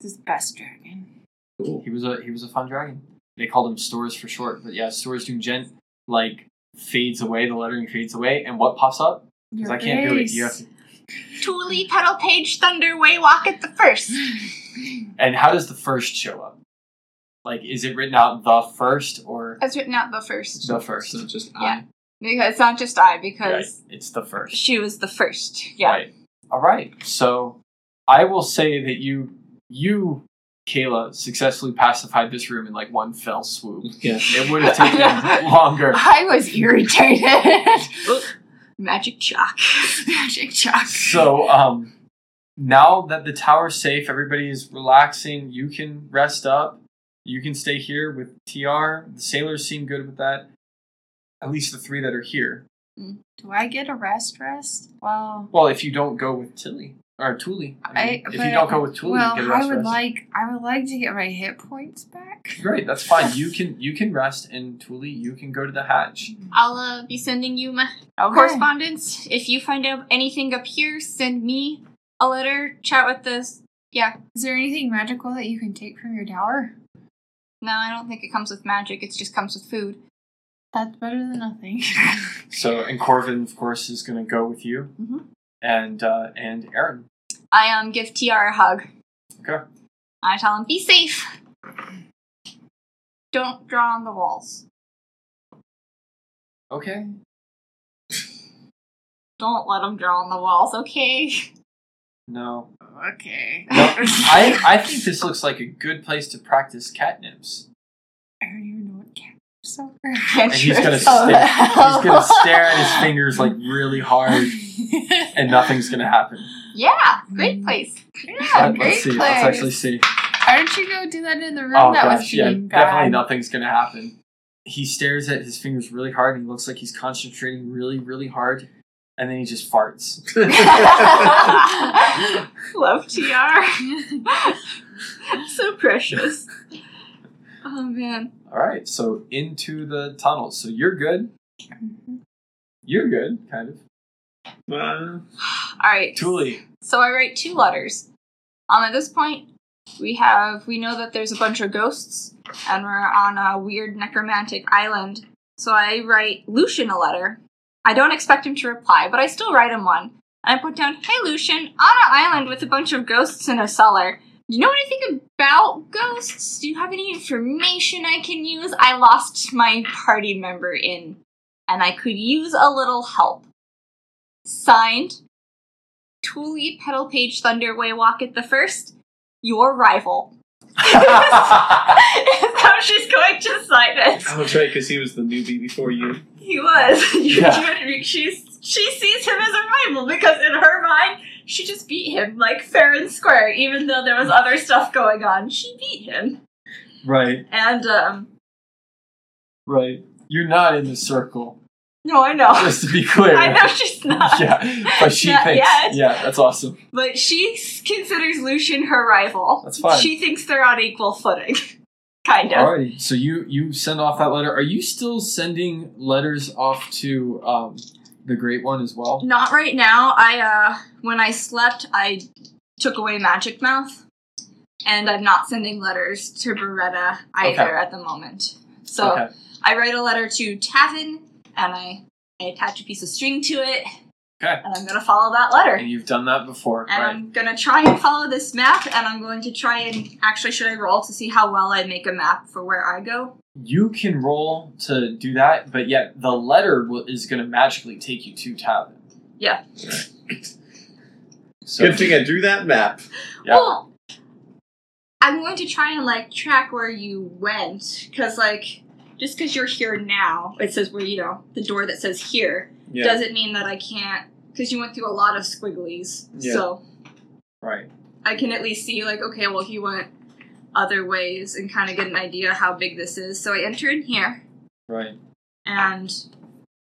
S4: This is best dragon.
S2: Cool.
S3: He was a he was a fun dragon. They called him Stores for short, but yeah, Stores Doom Gent like fades away, the lettering fades away, and what pops up? Because I can't do it. You have to.
S5: Tuli Petal Page Thunder Way Walk at the first.
S3: And how does the first show up? Like, is it written out the first or
S5: That's written out the first.
S3: the
S2: First,
S3: first?
S2: not just I.
S5: Yeah. Because it's not just I,
S3: Right,
S5: because
S3: it's the first.
S5: she was the first. Yeah.
S3: Right. All right. So I will say that you you Kayla successfully pacified this room in like one fell swoop.
S2: Yeah.
S3: It would have taken longer.
S4: I was irritated.
S5: Magic chalk.
S4: Magic chalk.
S3: So, um, now that the tower's safe, everybody is relaxing. You can rest up. You can stay here with TR. The sailors seem good with that. At least the three that are here.
S4: do I get a rest rest? Well,
S3: Well, if you don't go with Tilly or Thule, I mean,
S4: I-
S3: if you
S4: but-
S3: don't go with Thule,
S4: well,
S3: you get a rest.
S4: I would
S3: rest.
S4: like I would like to get my hit points back.
S3: Great, that's fine. You can you can rest, and Thule, you can go to the hatch.
S5: I'll uh, be sending you my
S4: Okay.
S5: correspondence. If you find out anything up here, send me a letter. Chat with this.
S4: Is there anything magical that you can take from your tower?
S5: No, I don't think it comes with magic. It just comes with food.
S4: That's better than nothing.
S3: So, and Corvin, of course, is going to go with you,
S4: Mm-hmm.
S5: Mhm.
S3: and uh, and Aaron.
S5: I um give TR a hug.
S3: Okay.
S5: I tell him, be safe. Don't draw on the walls.
S3: Okay.
S5: Don't let them draw on the walls, okay?
S3: No,
S4: okay.
S3: No, I, I think this looks like a good place to practice catnips.
S4: I don't even know what cat so
S3: And he's gonna
S4: Oh,
S3: stare. He's gonna
S4: hell.
S3: stare at his fingers like really hard, and nothing's gonna happen.
S5: Yeah, great place.
S4: Yeah,
S3: Let-
S4: great
S3: let's see.
S4: play.
S3: Let's actually see.
S4: Why don't you go do that in the room
S3: Oh
S4: that was
S3: gosh, yeah,
S4: being
S3: definitely
S4: bad?
S3: nothing's gonna happen. He stares at his fingers really hard, and he looks like he's concentrating really, really hard, and then he just farts.
S5: Love TR. so precious. Oh man.
S3: All right, so into the tunnel. So you're good.
S4: Mm-hmm.
S3: You're good, kind of.
S2: Uh,
S5: Alright.
S3: Thule,
S5: So I write two letters. Um, at this point, we have we know that there's a bunch of ghosts, and we're on a weird necromantic island. So I write Lucian a letter. I don't expect him to reply, but I still write him one. And I put down, "Hey Lucian, on an island with a bunch of ghosts in a cellar. Do you know anything about ghosts? Do you have any information I can use? I lost my party member in, and I could use a little help." Signed, Tuli Petal Page Thunderway Walk at the first, your rival. That's how she's going to sign it.
S2: oh, that's right, because he was the newbie before you.
S5: He was.
S3: Yeah.
S5: She's, she sees him as a rival because in her mind, she just beat him like fair and square, even though there was other stuff going on. She beat him.
S3: right,
S5: And, um,
S3: right. You're not in the circle.
S5: no, I know.
S3: Just to be clear.
S5: I know she's not.
S3: yeah, but she
S5: Not
S3: thinks.
S5: yet.
S3: Yeah, that's awesome.
S5: But she s- considers Lucian her rival.
S3: That's fine.
S5: She thinks they're on equal footing. kind of.
S3: Alrighty, so you you send off that letter. Are you still sending letters off to um, the Great One as well?
S5: Not right now. I uh when I slept I took away magic mouth and I'm not sending letters to Beretta either
S3: Okay.
S5: at the moment. So
S3: Okay.
S5: I write a letter to Tavin and I, I attach a piece of string to it
S3: Okay.
S5: and I'm gonna follow that letter.
S3: And you've done that before,
S5: And
S3: right?
S5: I'm gonna try and follow this map, and I'm going to try and actually should I roll to see how well I make a map for where I go?
S3: You can roll to do that, but yet the letter will, is going to magically take you to Tavin.
S5: Yeah.
S3: So
S2: Good thing I drew that map.
S3: Yeah.
S5: Well, I'm going to try and like track where you went, because like just because you're here now, it says where you know the door that says here
S2: Yeah.
S5: doesn't mean that I can't because you went through a lot of squigglies,
S2: Yeah.
S5: so
S3: right.
S5: I can at least see like okay, well he went other ways and kind of get an idea how big this is. So I enter in here.
S3: Right.
S5: And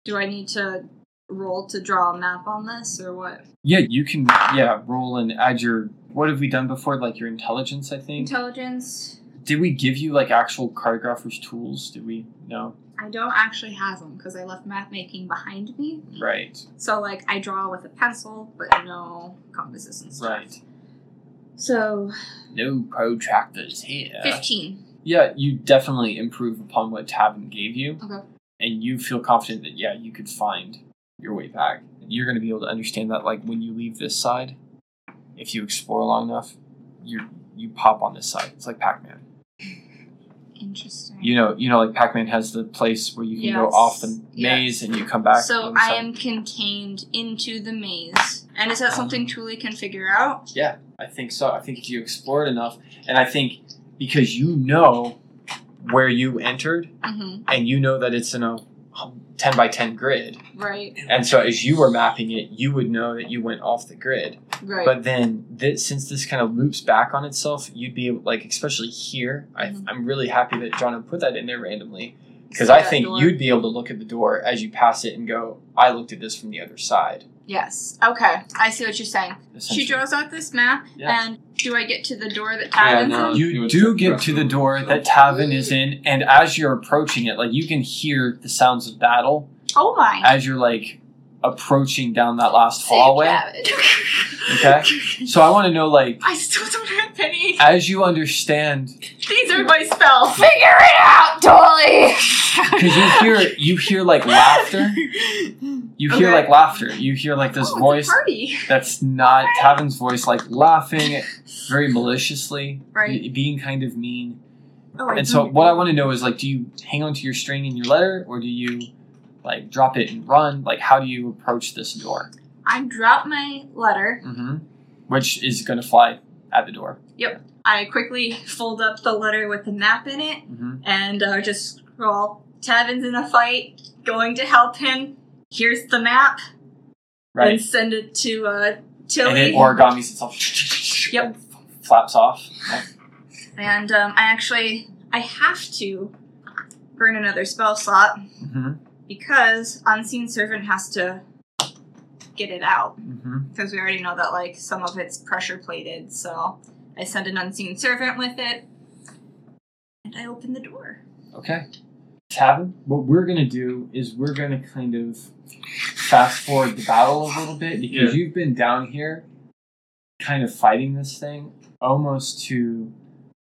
S5: do I need to roll to draw a map on this or what?
S3: Yeah, you can. Yeah, roll and add your. What have we done before? Like your intelligence, I think.
S5: Intelligence?
S3: Did we give you like actual cartographer's tools? Did we? No.
S5: I don't actually have them because I left map making behind me.
S3: Right.
S5: So like I draw with a pencil, but no compasses and stuff.
S3: Right.
S5: So
S3: No protractors here.
S5: fifteen.
S3: Yeah, you definitely improve upon what Tavin gave you.
S5: Okay.
S3: And you feel confident that, yeah, you could find your way back. You're going to be able to understand that, like, when you leave this side, if you explore long enough, you you pop on this side. It's like Pac Man.
S5: Interesting.
S3: You know, you know, like Pac Man has the place where you can go
S5: Yes.
S3: off the
S5: Yes.
S3: maze and you come back.
S5: so
S3: on the
S5: I
S3: side.
S5: am contained into the maze. And is that
S3: Um,
S5: something Tuli can figure out?
S3: Yeah, I think so. I think if you explore it enough, and I think because you know where you entered
S5: Mm-hmm.
S3: and you know that it's in a 10 by 10 grid,
S5: Right.
S3: And so, as you were mapping it, you would know that you went off the grid.
S5: Right.
S3: But then, this, since this kind of loops back on itself, you'd be able, like, especially here. I,
S5: Mhm.
S3: I'm really happy that John put that in there randomly because I
S5: That
S3: think
S5: door.
S3: you'd be able to look at the door as you pass it and go, "I looked at this from the other side."
S5: Yes. Okay. I see what you're saying. She
S3: essentially.
S5: draws out this map,
S3: Yeah.
S5: and do I get to the door that
S2: Yeah,
S5: Tavin's
S2: no.
S5: in?
S2: You
S3: Um, You
S2: would
S3: do
S2: check
S3: get
S2: the
S3: to the
S2: restroom,
S3: door
S2: so-
S3: that Tavin is in, and as you're approaching it, like you can hear the sounds of battle
S5: Oh my!
S3: as you're like approaching down that last hallway. Okay,
S5: okay.
S3: so I want to know, like,
S5: I still don't have any.
S3: as you understand
S5: These are my spells. Figure it out,
S3: Uh,
S5: Dolly.
S3: Because you hear you hear like laughter. You hear
S5: Okay.
S3: like laughter. You hear like this
S5: oh, It's
S3: voice
S5: a party.
S3: that's not Tavin's voice, like laughing very maliciously,
S5: Right.
S3: be- being kind of mean.
S5: Oh, I
S3: And so,
S5: don't-
S3: what I want to know is like, do you hang on to your string in your letter, or do you like drop it and run? Like, how do you approach this door?
S5: I drop my letter.
S3: Mm-hmm. Which is going to fly at the door.
S5: I quickly fold up the letter with the map in it,
S3: Mm-hmm.
S5: and uh, just scroll. Tavin's in a fight. Going to help him. Here's the map.
S3: Right.
S5: and send it to uh,
S3: And
S5: Tilly.
S3: it
S5: And,
S3: origamis itself.
S5: Yep.
S3: Flaps off. Yep.
S5: um, I actually I have to burn another spell slot
S3: Mm-hmm.
S5: because unseen servant has to get it out
S3: Mm-hmm.
S5: because we already know that like some of it's pressure plated. So I send an unseen servant with it, and I open the door.
S3: Okay. Tavin, what we're gonna do is we're gonna kind of fast forward the battle a little bit because you've been down here kind of fighting this thing almost to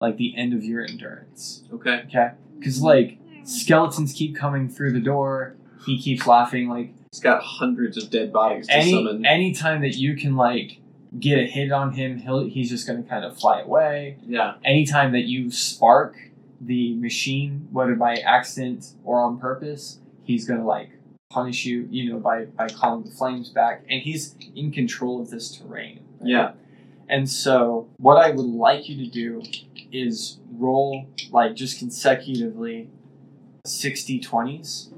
S3: like the end of your endurance.
S2: Okay.
S3: Okay? Because like skeletons keep coming through the door, he keeps laughing, like
S2: He's got hundreds of dead bodies to
S3: any
S2: summon.
S3: any time that you can like get a hit on him, he'll he's just gonna kind of fly away
S2: yeah.
S3: anytime that you spark the machine, whether by accident or on purpose, he's gonna like punish you, you know, by by calling the flames back. And he's in control of this terrain. right?
S2: Yeah.
S3: And so what I would like you to do is roll like just consecutively 60 20s.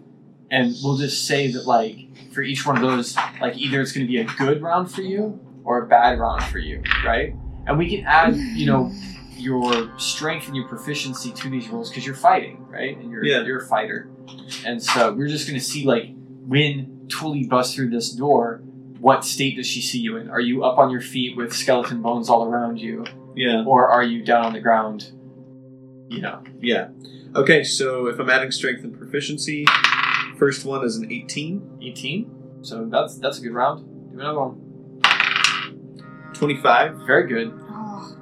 S3: And we'll just say that like for each one of those, like either it's gonna be a good round for you or a bad round for you, right? And we can add, you know, your strength and your proficiency to these rolls because you're fighting, right? And you're
S2: Yeah.
S3: you're a fighter. And so we're just gonna see like when Tully busts through this door, what state does she see you in? Are you up on your feet with skeleton bones all around you?
S2: Yeah.
S3: Or are you down on the ground? You know.
S2: Yeah. Okay, so if I'm adding strength and proficiency, first one is an 18.
S3: 18? So that's that's a good round. Do another one.
S2: 25,
S3: Very good.
S5: Oh,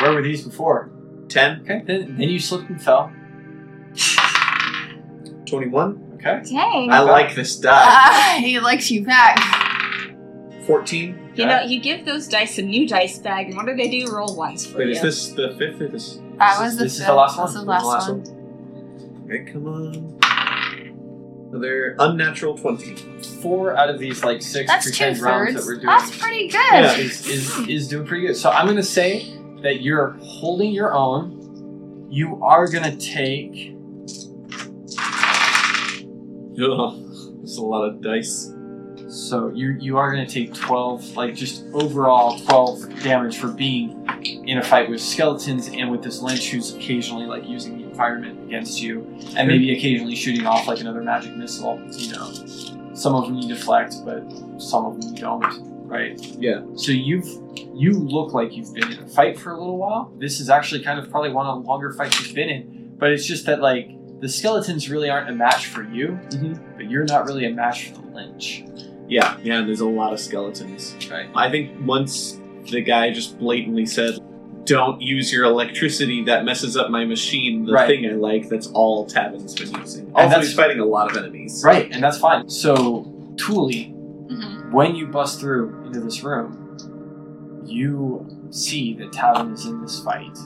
S3: Where were these before?
S2: 10,
S3: Okay, then, then you slipped and fell.
S2: 21.
S3: Okay.
S5: dang.
S2: I like this die.
S4: Ah, he likes you back.
S2: Fourteen.
S5: You know, you give those dice a new dice bag, and what do they do? Roll ones for
S2: Wait,
S5: you.
S2: is this the fifth or this?
S4: That was the
S3: this is
S4: fifth.
S3: the last one.
S4: That's the
S3: This is
S4: last,
S3: the last
S4: one.
S2: Okay, come on. Another unnatural twenty.
S3: Four out of these like six
S4: That's two
S3: pretend rounds that
S4: thirds.
S3: we're doing
S4: That's pretty good.
S2: Yeah.
S3: is, is is doing pretty good. So I'm gonna say that you're holding your own. You are gonna take
S2: Ugh, that's a lot of dice.
S3: so you you are gonna take twelve like just overall twelve damage for being in a fight with skeletons and with this lynch who's occasionally like using the environment against you and maybe occasionally shooting off like another magic missile. You know, some of them you deflect, but some of them you don't. Right.
S2: Yeah.
S3: So you've you look like you've been in a fight for a little while. This is actually kind of probably one of the longer fights you've been in, but it's just that like the skeletons really aren't a match for you, but you're not really a match for the lynch.
S2: Yeah, yeah. There's a lot of skeletons.
S3: Right.
S2: I think once the guy just blatantly said, "Don't use your electricity. That messes up my machine." The
S3: Right.
S2: thing I like. That's all Tavin's been using.
S3: And
S2: Also,
S3: that's-
S2: he's fighting a lot of enemies.
S3: Right, and that's fine. So Thule,
S4: Mm-hmm.
S5: Mhm.
S3: when you bust through into this room, you see that Tavin is in this fight,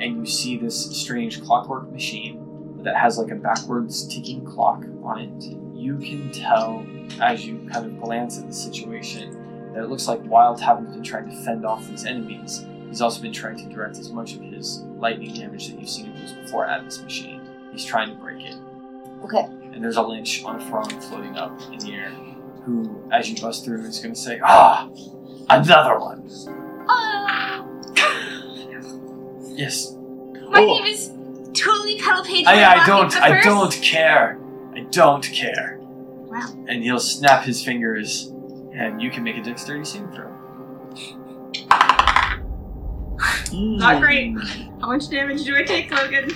S3: and you see this strange clockwork machine that has like a backwards ticking clock on it. You can tell as you kind of glance at the situation that it looks like while Tavin's been trying to fend off these enemies, he's also been trying to direct as much of his lightning damage that you've seen him use before at this machine. He's trying to break it
S5: Okay.
S3: and there's a lynch on a throne floating up in the air, who, as you bust through, is going to say, Ah, another one.
S4: Uh,
S5: Ah,
S3: Yes.
S5: my
S2: Oh.
S5: name is Tuli Petalpage.
S3: I, I don't,
S5: Warlock of the
S3: I
S5: First.
S3: don't care. I don't care.
S5: Wow.
S3: And he'll snap his fingers, and you can make a dexterity saving throw.
S5: Not great. How much damage do I take, Logan?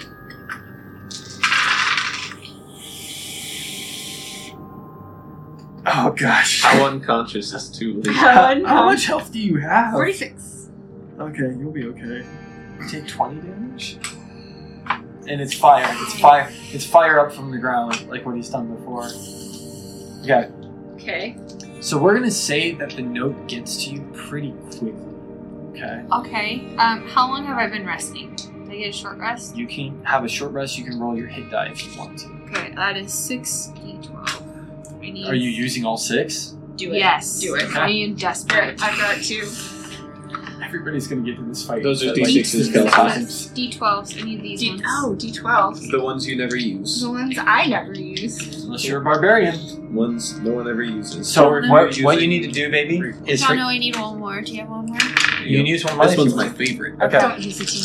S3: Oh gosh.
S2: How unconscious is too late?
S3: How much health do you have?
S5: 46.
S3: Okay, you'll be okay. Take 20 damage? And it's fire. It's fire. It's fire up from the ground, like what he's done before. Okay,
S6: Okay.
S3: so we're gonna say that the note gets to you pretty quickly. Okay?
S6: Okay. Um, how long have I been resting? Did I get a short rest?
S3: You can have a short rest, you can roll your hit die if you want to.
S6: Okay, that is six d twelve. I need.
S3: Are you using all six?
S5: Do it.
S6: Yes.
S5: Do it.
S6: I am desperate.
S5: I've got two.
S3: Everybody's gonna get to this fight.
S2: Those are
S3: But, like, this
S2: D6s, Kelsey.
S6: D twelves. I need these
S5: D-
S6: ones.
S5: oh, D12.
S2: The ones you never use.
S5: The ones I never use.
S3: happens Unless you're a barbarian.
S2: Ones no one ever uses.
S3: So
S2: Or
S3: what,
S2: you're
S3: what you
S2: using-
S3: need to do, baby, is
S6: No,
S3: for,
S6: no, I need one more. Do you have one more?
S3: you can use one of mine.
S2: This
S3: if you
S2: one's
S3: want.
S2: my favorite.
S3: Okay.
S5: Don't use the team.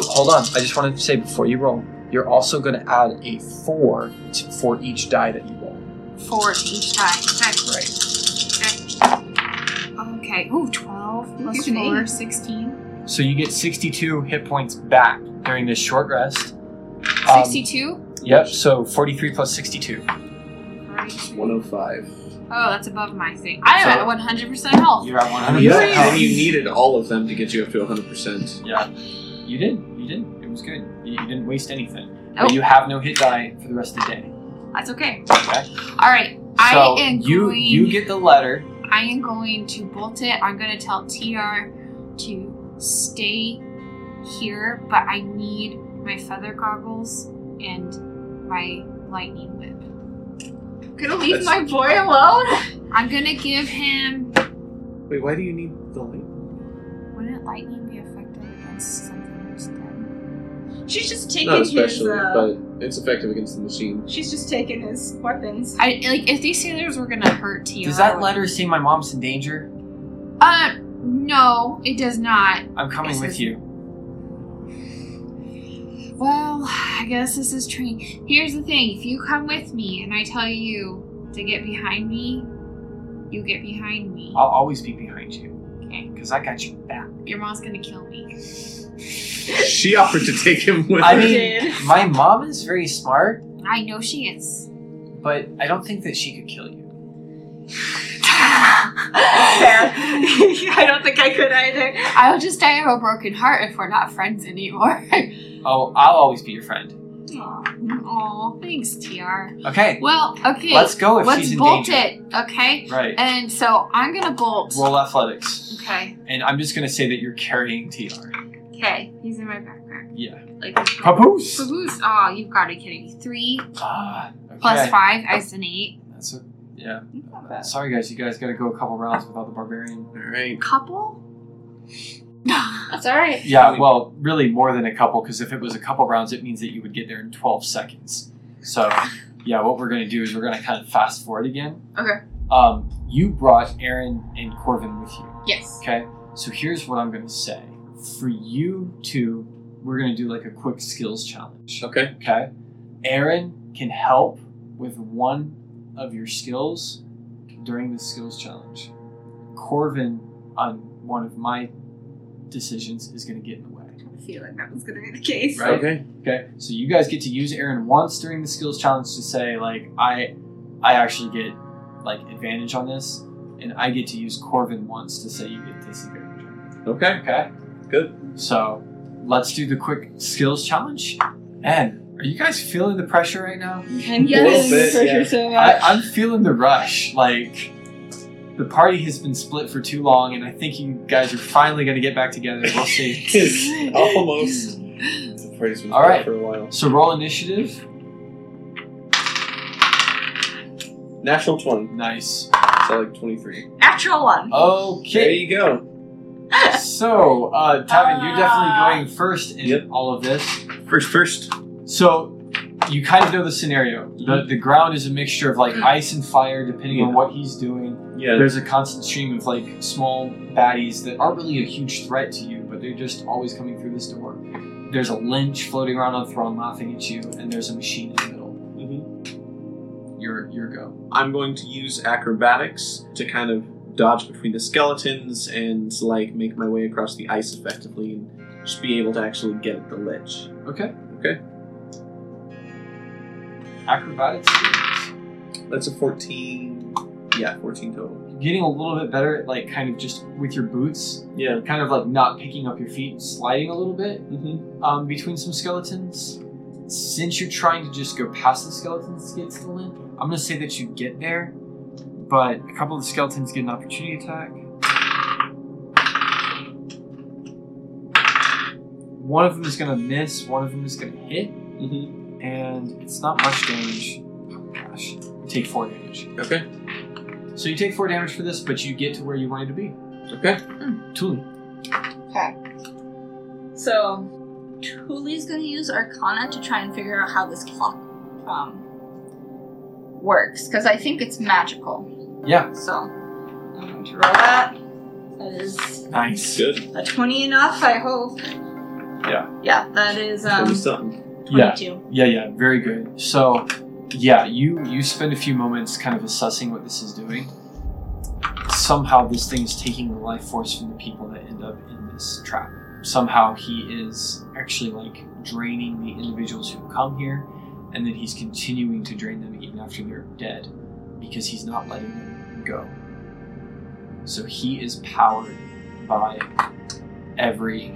S3: So hold on, I just want to say before you roll, you're also going to add a four to, for each die that you roll.
S5: Four to each time.
S3: Right.
S5: Okay. Ooh, 12
S6: Plus
S5: plus
S6: four,
S5: 4.
S6: 16.
S3: So you get 62 hit points back during this short rest. Um,
S6: 62?
S3: Yep. So 43 plus 62.
S6: Alright.
S2: 105.
S6: Oh, that's above my thing. I am
S3: So-
S6: at 100% health.
S3: You're at 100.
S2: Yeah, and you needed all of them to get you up to 100%.
S3: Yeah. You did. You did. It was good. You, you didn't waste anything.
S6: Nope.
S3: But you have no hit die for the rest of the day.
S6: That's okay.
S3: Okay.
S6: Alright.
S3: so
S6: I am
S3: you
S6: going.
S3: you get the letter.
S6: I am going to bolt it. I'm going to tell TR to stay here, but I need my feather goggles and my lightning whip.
S5: Gonna leave
S2: That's-
S5: my boy alone?
S6: I'm going to give him.
S2: Wait, why do you need the light?
S6: Wouldn't lightning be effective against something that's dead?
S5: She's just taking
S2: Not
S5: his.
S2: especially,
S5: Uh,
S2: but it's effective against the machine.
S5: she's just taking his weapons.
S6: I like if these sailors were gonna hurt TR.
S3: Does that
S6: I
S3: letter say my mom's in danger?
S6: Uh, no, it does not.
S3: I'm coming
S6: Yes,
S3: with
S6: it-
S3: you.
S6: Well, I guess this is training. Here's the thing: if you come with me and I tell you to get behind me, you get behind me.
S3: I'll always be behind you
S6: Okay.
S3: because I got you back.
S6: Your mom's gonna kill me.
S2: She offered to take him with
S3: I
S2: her.
S3: mean, my mom is very smart,
S6: I know she is.
S3: but I don't think that she could kill you.
S5: Fair. I don't think I could either.
S6: I would just die of a broken heart if we're not friends anymore.
S3: Oh, I'll always be your friend.
S6: Oh, thanks, TR.
S3: Okay,
S6: Well, okay.
S3: let's go if
S6: let's
S3: she's in
S6: bolt
S3: danger.
S6: it, okay?
S3: Right.
S6: And so I'm gonna bolt.
S3: Roll athletics.
S6: Okay,
S3: And I'm just gonna say that you're carrying TR.
S6: okay. He's in my backpack.
S3: Yeah.
S6: Like,
S3: Papoose!
S6: Papoose. Oh, you've got to be kidding me. Three
S3: Ah, okay.
S6: plus five, I an eight.
S3: That's a, yeah. Sorry guys, you guys gotta go a couple rounds without the barbarian.
S2: All right.
S6: Couple?
S5: That's all right.
S3: Yeah, well, really more than a couple, because if it was a couple rounds, it means that you would get there in 12 seconds. So, yeah, what we're going to do is we're going to kind of fast forward again.
S5: Okay.
S3: Um, you brought Aaron and Corvin with you.
S5: Yes.
S3: Okay. So here's what I'm going to say. For you two, we're going to do like a quick skills challenge.
S2: Okay.
S3: Okay. Aaron can help with one of your skills during the skills challenge. Corvin, on one of my decisions, is going to get in the way.
S5: I feel like that was gonna be the case.
S3: Right.
S2: Okay.
S3: Okay, so you guys get to use Aaron once during the skills challenge to say like I, I actually get like advantage on this, and I get to use Corvin once to say you get disadvantage. on it.
S2: Okay.
S3: Okay,
S2: Good.
S3: so let's do the quick skills challenge. And are you guys feeling the pressure right now?
S5: And
S2: Yes. Little
S5: yes,
S2: bit,
S5: pressure
S2: yeah.
S5: so
S3: I,
S5: much.
S3: I'm feeling the rush. Like the party has been split for too long, and I think you guys are finally going to get back together. We'll see.
S2: It's almost. The party's been
S3: All
S2: quiet
S3: right.
S2: for a while.
S3: So roll initiative.
S2: National twenty.
S3: Nice.
S2: So like twenty-three.
S5: Natural one.
S2: There
S3: Okay.
S2: you go.
S3: So, uh, Tavin, you're definitely going first in
S2: Yep.
S3: all of this.
S2: First, first.
S3: So, you kind of know the scenario. The, the ground is a mixture of like ice and fire, depending on
S2: Mm-hmm. Yeah.
S3: what he's doing.
S2: Yeah.
S3: There's a constant stream of like small baddies that aren't really a huge threat to you, but they're just always coming through this door. There's a lynch floating around on the throne laughing at you, and there's a machine in the middle.
S2: Mhm.
S3: Your your go.
S2: I'm going to use acrobatics to kind of dodge between the skeletons and like make my way across the ice effectively and just be able to actually get at the ledge.
S3: Okay.
S2: Okay.
S3: Acrobatics. please.
S2: That's a fourteen. Yeah, fourteen total.
S3: getting a little bit better at like kind of just with your boots,
S2: Yeah.
S3: kind of like not picking up your feet, sliding a little bit
S2: Mm-hmm.
S3: um, between some skeletons. Since you're trying to just go past the skeletons to get to the limp, I'm gonna say that you get there, but a couple of the skeletons get an opportunity attack. One of them is gonna miss, one of them is gonna hit,
S2: Mm-hmm.
S3: and it's not much damage. Oh, Gosh, you take four damage.
S2: Okay.
S3: So you take four damage for this, but you get to where you wanted to be.
S2: Okay.
S3: Tuli.
S5: Okay. So, Tuli's gonna use Arcana to try and figure out how this clock um, works, because I think it's magical.
S3: Yeah.
S5: So, I'm going to roll that. That is
S3: Nice.
S2: Good.
S5: a 20 enough, I hope.
S3: Yeah.
S5: Yeah, that is um,
S2: Twenty something.
S3: Yeah.
S5: 22.
S3: Yeah. Yeah. Very good. So, yeah, you you spend a few moments kind of assessing what this is doing. Somehow, this thing is taking the life force from the people that end up in this trap. Somehow, he is actually like draining the individuals who come here, and then he's continuing to drain them even after they're dead, because he's not letting them go. So he is powered by every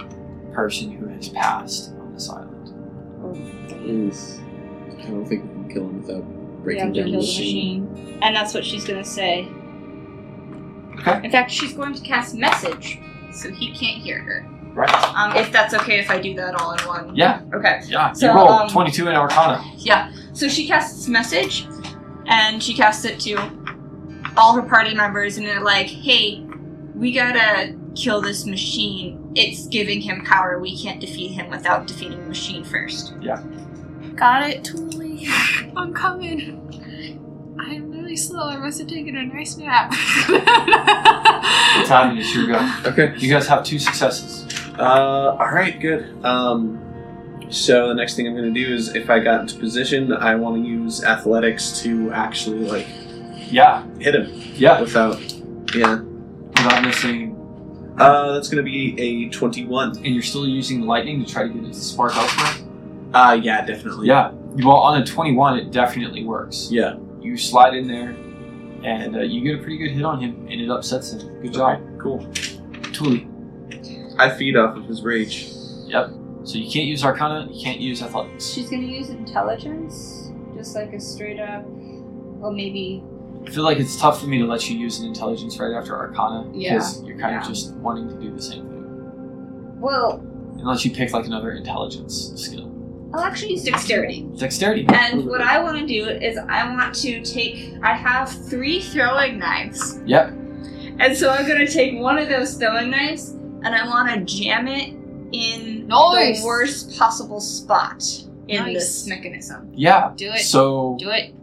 S3: person who has passed on this island.
S2: I don't think we can kill him without breaking
S5: Yeah,
S2: down the
S5: kill the
S2: machine.
S5: machine. And that's what she's gonna say.
S3: Okay.
S5: In fact, she's going to cast message, so he can't hear her.
S3: Right.
S5: Um, if that's okay, if I do that all in one.
S3: Yeah.
S5: Okay.
S3: Yeah.
S5: So,
S3: you roll
S5: um,
S3: 22 in Arcana.
S5: Yeah. So she casts message, and she casts it to all her party members, and they're like, "Hey, we gotta kill this machine. It's giving him power. We can't defeat him without defeating the machine first.
S6: Got it, Tuli. I'm coming. I'm really slow. I must have taken a nice nap.
S3: Time is your go.
S2: Okay.
S3: You guys have two successes.
S2: Uh, all right, good. Um, so the next thing I'm going to do is, if I got into position, I want to use athletics to actually like
S3: Yeah.
S2: hit him
S3: Yeah.
S2: without. Yeah.
S3: Without missing.
S2: Uh, that's going to be a 21.
S3: And you're still using lightning to try to get it to spark elsewhere?
S2: Uh, yeah, definitely.
S3: Yeah. Well, on a 21, it definitely works.
S2: Yeah.
S3: You slide in there, and uh, you get a pretty good hit on him, and it upsets him. Good job.
S2: Okay, cool.
S3: Tuli.
S2: I feed off of his rage.
S3: Yep. So you can't use Arcana, you can't use Athletics.
S5: She's gonna use intelligence, just like a straight up, or maybe
S3: I feel like it's tough for me to let you use an Intelligence right after Arcana
S5: Yeah.
S3: because you're kind of
S5: Yeah.
S3: just wanting to do the same thing,
S5: well,
S3: unless you pick like another Intelligence skill.
S5: I'll actually use dexterity.
S3: Dexterity.
S5: And what I want to do is I want to take. I have three throwing knives,
S3: Yep.
S5: and so I'm gonna take one of those throwing knives and I want to jam it in
S6: Nice.
S5: the worst possible spot in
S6: Nice.
S5: this mechanism.
S3: Yeah.
S6: Do it.
S3: So
S6: Do it.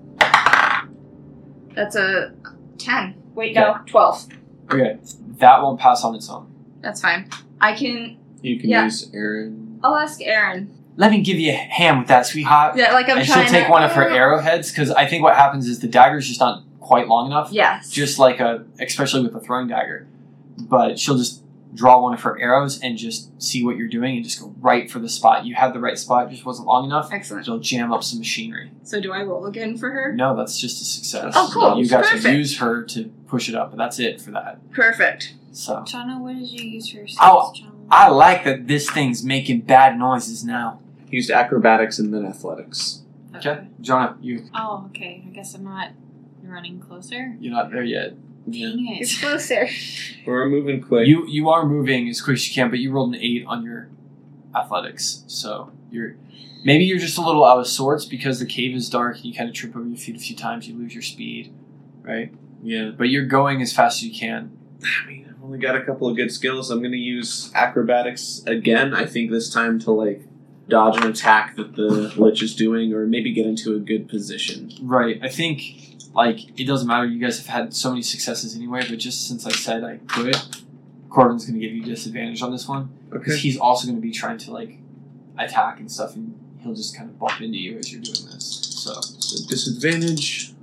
S5: That's a ten. Wait, no, twelve.
S3: okay, that won't pass on its own.
S5: That's fine. I can.
S2: You can
S5: Yeah.
S2: use Aaron.
S5: I'll ask Aaron.
S3: Let me give you a hand with that, sweetheart.
S5: Yeah, like I'm
S3: and she'll
S5: trying
S3: take
S5: to-
S3: one of her arrowheads because I think what happens is the dagger's just not quite long enough.
S5: Yes.
S3: Just like a, especially with a throwing dagger, but she'll just draw one of her arrows and just see what you're doing and just go right for the spot. You had the right spot, it just wasn't long enough.
S5: Excellent.
S3: She'll jam up some machinery.
S5: So do I roll again for her?
S3: No, that's just a success.
S5: Oh, cool.
S3: You got to
S5: Perfect.
S3: use her to push it up, but that's it for that.
S5: Perfect.
S3: So
S6: Chana, what did you use for your
S3: Oh,
S6: skills, Chana?
S3: I like that this thing's making bad noises now.
S2: He used acrobatics and then athletics.
S3: Okay, Jonah, you
S6: Oh, okay. I guess I'm not running closer.
S3: you're not there yet. Yeah.
S6: Dang
S5: It's
S6: it.
S5: closer.
S2: We're moving quick.
S3: You you are moving as quick as you can, but you rolled an eight on your athletics, so you're maybe you're just a little out of sorts because the cave is dark and you kind of trip over your feet a few times. You lose your speed, right?
S2: yeah.
S3: But you're going as fast as you can.
S2: I mean, I've only got a couple of good skills. I'm gonna use acrobatics again. I think this time to like dodge an attack that the lich is doing, or maybe get into a good position.
S3: Right. I think like it doesn't matter. You guys have had so many successes anyway, but just since I said I could, Corbin's going to give you disadvantage on this one because he's also going to be trying to like attack and stuff, and he'll just kind of bump into you as you're doing this. So
S2: So disadvantage.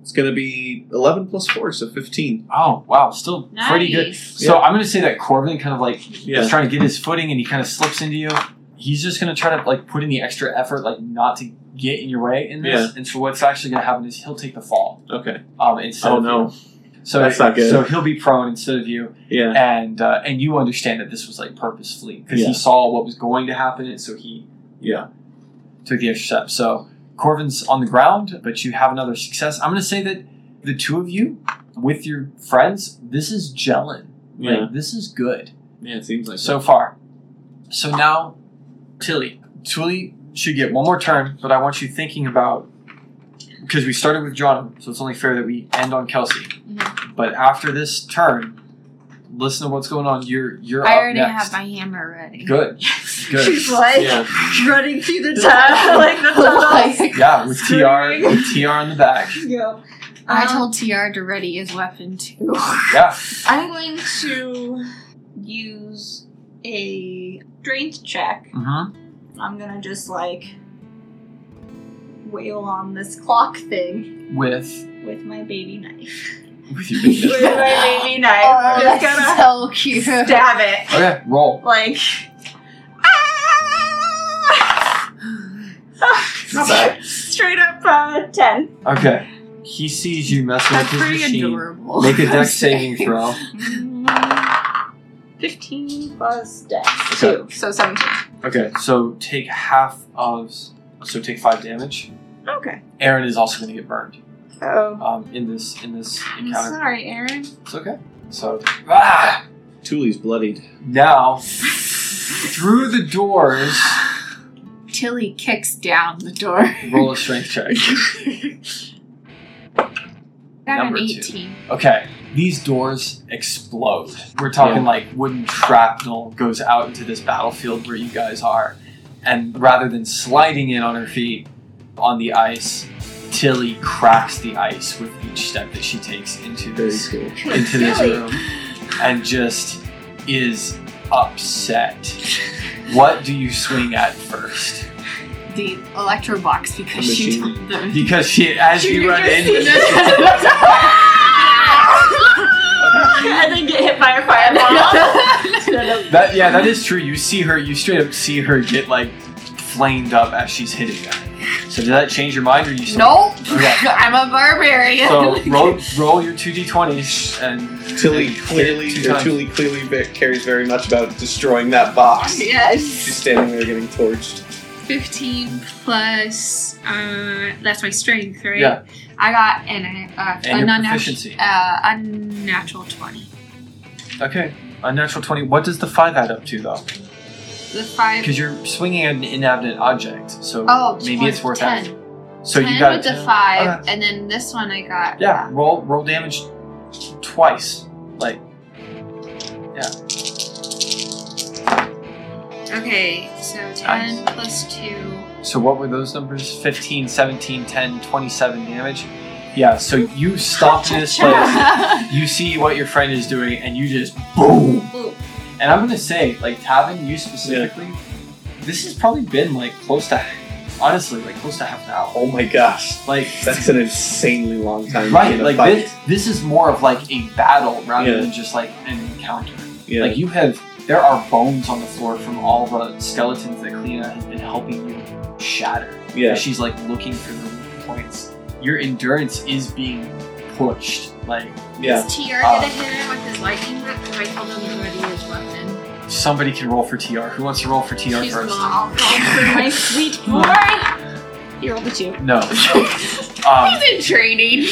S2: It's gonna be eleven plus four, so fifteen.
S3: oh wow, still pretty good.
S6: Nice.
S3: So
S2: Yeah.
S3: I'm gonna say that Corbin kind of like
S2: Yeah.
S3: is trying to get his footing and he kind of slips into you. He's just gonna try to like put in the extra effort, like not to get in your way in this. And so what's actually gonna happen is he'll take the fall.
S2: Okay.
S3: Um, instead
S2: Oh
S3: of
S2: no.
S3: you. So
S2: That's not good.
S3: So he'll be prone instead of you,
S2: Yeah.
S3: and uh, and you understand that this was like purposefully because
S2: Yeah.
S3: he saw what was going to happen, and so he
S2: Yeah.
S3: took the extra step. So Corvin's on the ground, but you have another success. I'm gonna say that the two of you with your friends, this is gelling. Like
S2: Yeah.
S3: this is good
S2: Yeah. It seems like
S3: so far. So now, Tilly. Tilly should get one more turn, but I want you thinking about because we started with John, so it's only fair that we end on Kelsey.
S6: Mm-hmm.
S3: But after this turn, listen to what's going on. You're you're
S6: I
S3: up
S6: already
S3: next.
S6: have my hammer ready.
S3: Good, good.
S5: She's like
S2: Yeah.
S5: running through the town like the tunnels.
S3: Yeah, with TR, with TR in the back.
S5: Go.
S6: I
S5: Um,
S6: told TR to ready his weapon too.
S3: Yeah,
S5: I'm going to use a strength check.
S3: mm-hmm.
S5: I'm gonna just like wail on this clock thing
S3: with
S5: with my baby knife.
S3: with your big
S5: with my baby knife.
S4: Oh,
S5: I'm just
S4: that's
S5: gonna
S4: so cute.
S5: stab it.
S3: Okay, roll.
S5: Like ah!
S2: Not bad.
S5: Straight up uh, ten.
S3: Okay, he sees you messing with
S6: That's
S3: his
S6: pretty
S3: machine.
S6: adorable.
S3: Make a dex saving throw.
S5: 15 plus dex.
S3: Okay.
S5: Two. So 17.
S3: Okay, so take half of, so take five damage.
S5: Okay.
S3: Aaron is also going to get burned
S5: Oh.
S3: um, in this in this
S6: I'm
S3: encounter.
S6: sorry, Aaron.
S3: It's okay. So ah,
S2: Tully's bloodied.
S3: now through the doors,
S6: Tilly kicks down the door.
S3: roll a strength check.
S6: Got
S3: Number
S6: an
S3: two.
S6: 18.
S3: Okay, these doors explode. We're talking
S2: Yeah.
S3: like wooden shrapnel goes out into this battlefield where you guys are, and rather than sliding in on her feet on the ice, Tilly cracks the ice with each step that she takes into
S2: Very
S3: this
S2: cool.
S3: into this
S5: Really?
S3: room and just is upset. What do you swing at first?
S6: The electro box because
S2: The
S6: she
S2: machine.
S6: told them.
S3: Because she, as you, run in,
S5: and then get hit by a fireball.
S3: that yeah, that is true. You see her, you straight up see her get like flamed up as she's hitting that. So did that change your mind, or you? Still-
S6: Nope.
S3: Okay.
S6: I'm a barbarian.
S3: So roll, roll your two d20s and
S2: Tilly
S3: and hit
S2: clearly,
S3: two
S2: or
S3: times.
S2: Tilly clearly ve- cares very much about destroying that box. She's
S6: yes.
S2: standing there getting torched.
S6: 15 plus, uh, that's my strength, right?
S3: Yeah.
S6: I got an, uh,
S3: And
S6: a,
S3: your
S6: non-
S3: proficiency.
S6: uh, a natural 20.
S3: Okay, unnatural twenty. What does the five add up to though?
S6: The five.
S3: Because you're swinging at an inanimate object, so
S6: Oh,
S3: maybe
S6: twen-
S3: it's worth
S6: 10.
S3: adding. So
S6: 10
S3: you got
S6: with the five,
S3: Okay.
S6: and then this one I got.
S3: Yeah, roll roll damage twice. Like
S6: Okay, so 10 plus 2.
S3: so what were those numbers? 15, 17, 10, 27 damage. Yeah, so you stomp in this place, you see what your friend is doing, and you just boom.
S2: Oh,
S6: Ooh.
S3: And I'm gonna say, like Tavin, you specifically, this has probably been like close to honestly, like close to half an hour.
S2: Oh my gosh,
S3: Like
S2: that's an insanely long time. to
S3: Right,
S2: get a
S3: like
S2: fight.
S3: this, this is more of like a battle rather
S2: Yeah.
S3: than just like an encounter.
S2: Yeah.
S3: Like you have, there are bones on the floor from all the skeletons that Kleena has been helping you shatter.
S2: yeah.
S3: She's like looking for the weak points. Your endurance is being pushed. Like
S2: Yeah.
S6: Is TR
S3: Ah.
S6: gonna hit him with his lightning whip? Because I told him to ready his weapon.
S3: somebody can roll for TR. Who wants to roll for TR
S6: She's
S3: first?
S6: not.
S5: My sweet boy. You rolled a two.
S3: No. um,
S6: He's in training.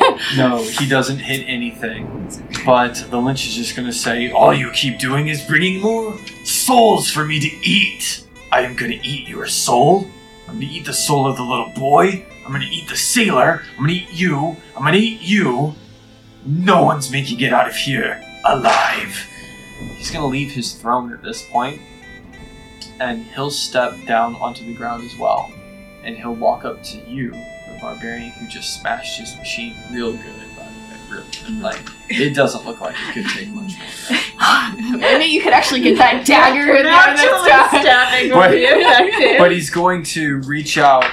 S3: no, he doesn't hit anything. But the lynch is just gonna say, All you keep doing is bringing more souls for me to eat. I am gonna eat your soul. I'm gonna eat the soul of the little boy. I'm gonna eat the sailor. I'm gonna eat you. I'm gonna eat you. No one's making it out of here alive. He's gonna leave his throne at this point, and he'll step down onto the ground as well and he'll walk up to you, the barbarian who just smashed his machine real good. By the way, real good.
S4: Mm-hmm.
S3: Like it doesn't look like it could take much more.
S5: I mean, you could actually get that dagger in there
S6: Naturally
S5: stabbing
S3: would be
S5: effective.
S3: But he's going to reach out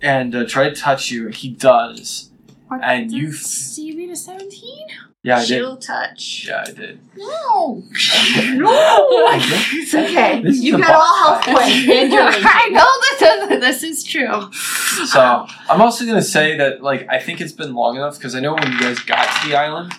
S3: and uh, try to touch you, and he does. And you, f-
S6: See me to 17?
S3: yeah, I did.
S5: Chill touch.
S3: Yeah, I did.
S6: No.
S3: I
S5: No!
S3: did.
S5: It's okay.
S3: This is
S5: You
S3: a
S5: got all
S3: boss
S5: health
S3: fight.
S5: points and your
S6: I know this is, this is true.
S3: So I'm also gonna say that like I think it's been long enough because I know when you guys got to the island,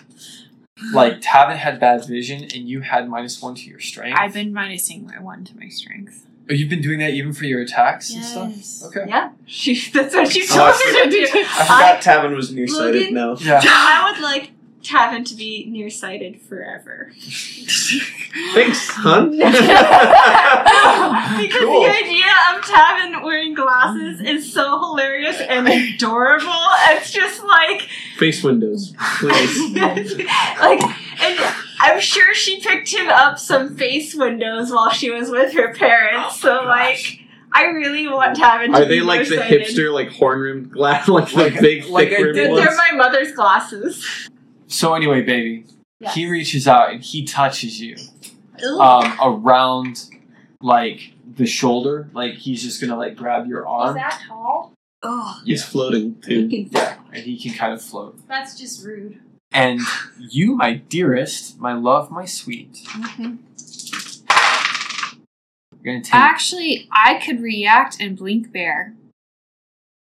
S3: like Tavin had bad vision and you had minus one to your strength.
S4: I've been minusing my one to my strength.
S3: Oh, you've been doing that even for your attacks and
S4: Yes.
S3: stuff. Okay.
S5: Yeah, she, that's what she
S2: Oh,
S5: told
S2: I see.
S5: me to do.
S2: I forgot Tavin was nearsighted
S5: Logan?
S2: now.
S3: Yeah.
S5: I would like Tavin to be nearsighted forever.
S2: Thanks, hun.
S5: because
S2: Cool.
S5: the idea of Tavin wearing glasses is so hilarious and adorable. It's just like,
S2: Face windows, please.
S5: like, and I'm sure she picked him up some face windows while she was with her parents. So
S6: Oh
S5: like, I really want Tavin.
S2: Are
S5: To be
S2: they like the
S5: nearsighted.
S2: hipster, like horn rimmed glass, like the
S3: Like-
S2: big
S3: like
S2: thick
S3: I
S2: rimmed
S5: They're,
S3: did
S2: ones?
S5: they're my mother's glasses.
S3: So anyway, baby, he
S5: Yes.
S3: reaches out and he touches you
S5: Ooh.
S2: Uh,
S3: um, around like the shoulder. Like he's just gonna like grab your arm,
S6: that tall?
S5: Oh,
S2: He's floating too.
S3: and he can kind of float.
S6: That's just rude.
S3: And you, my dearest, my love, my sweet,
S5: Mm-hmm.
S3: you're gonna take.
S6: Actually, I could react and blink bear.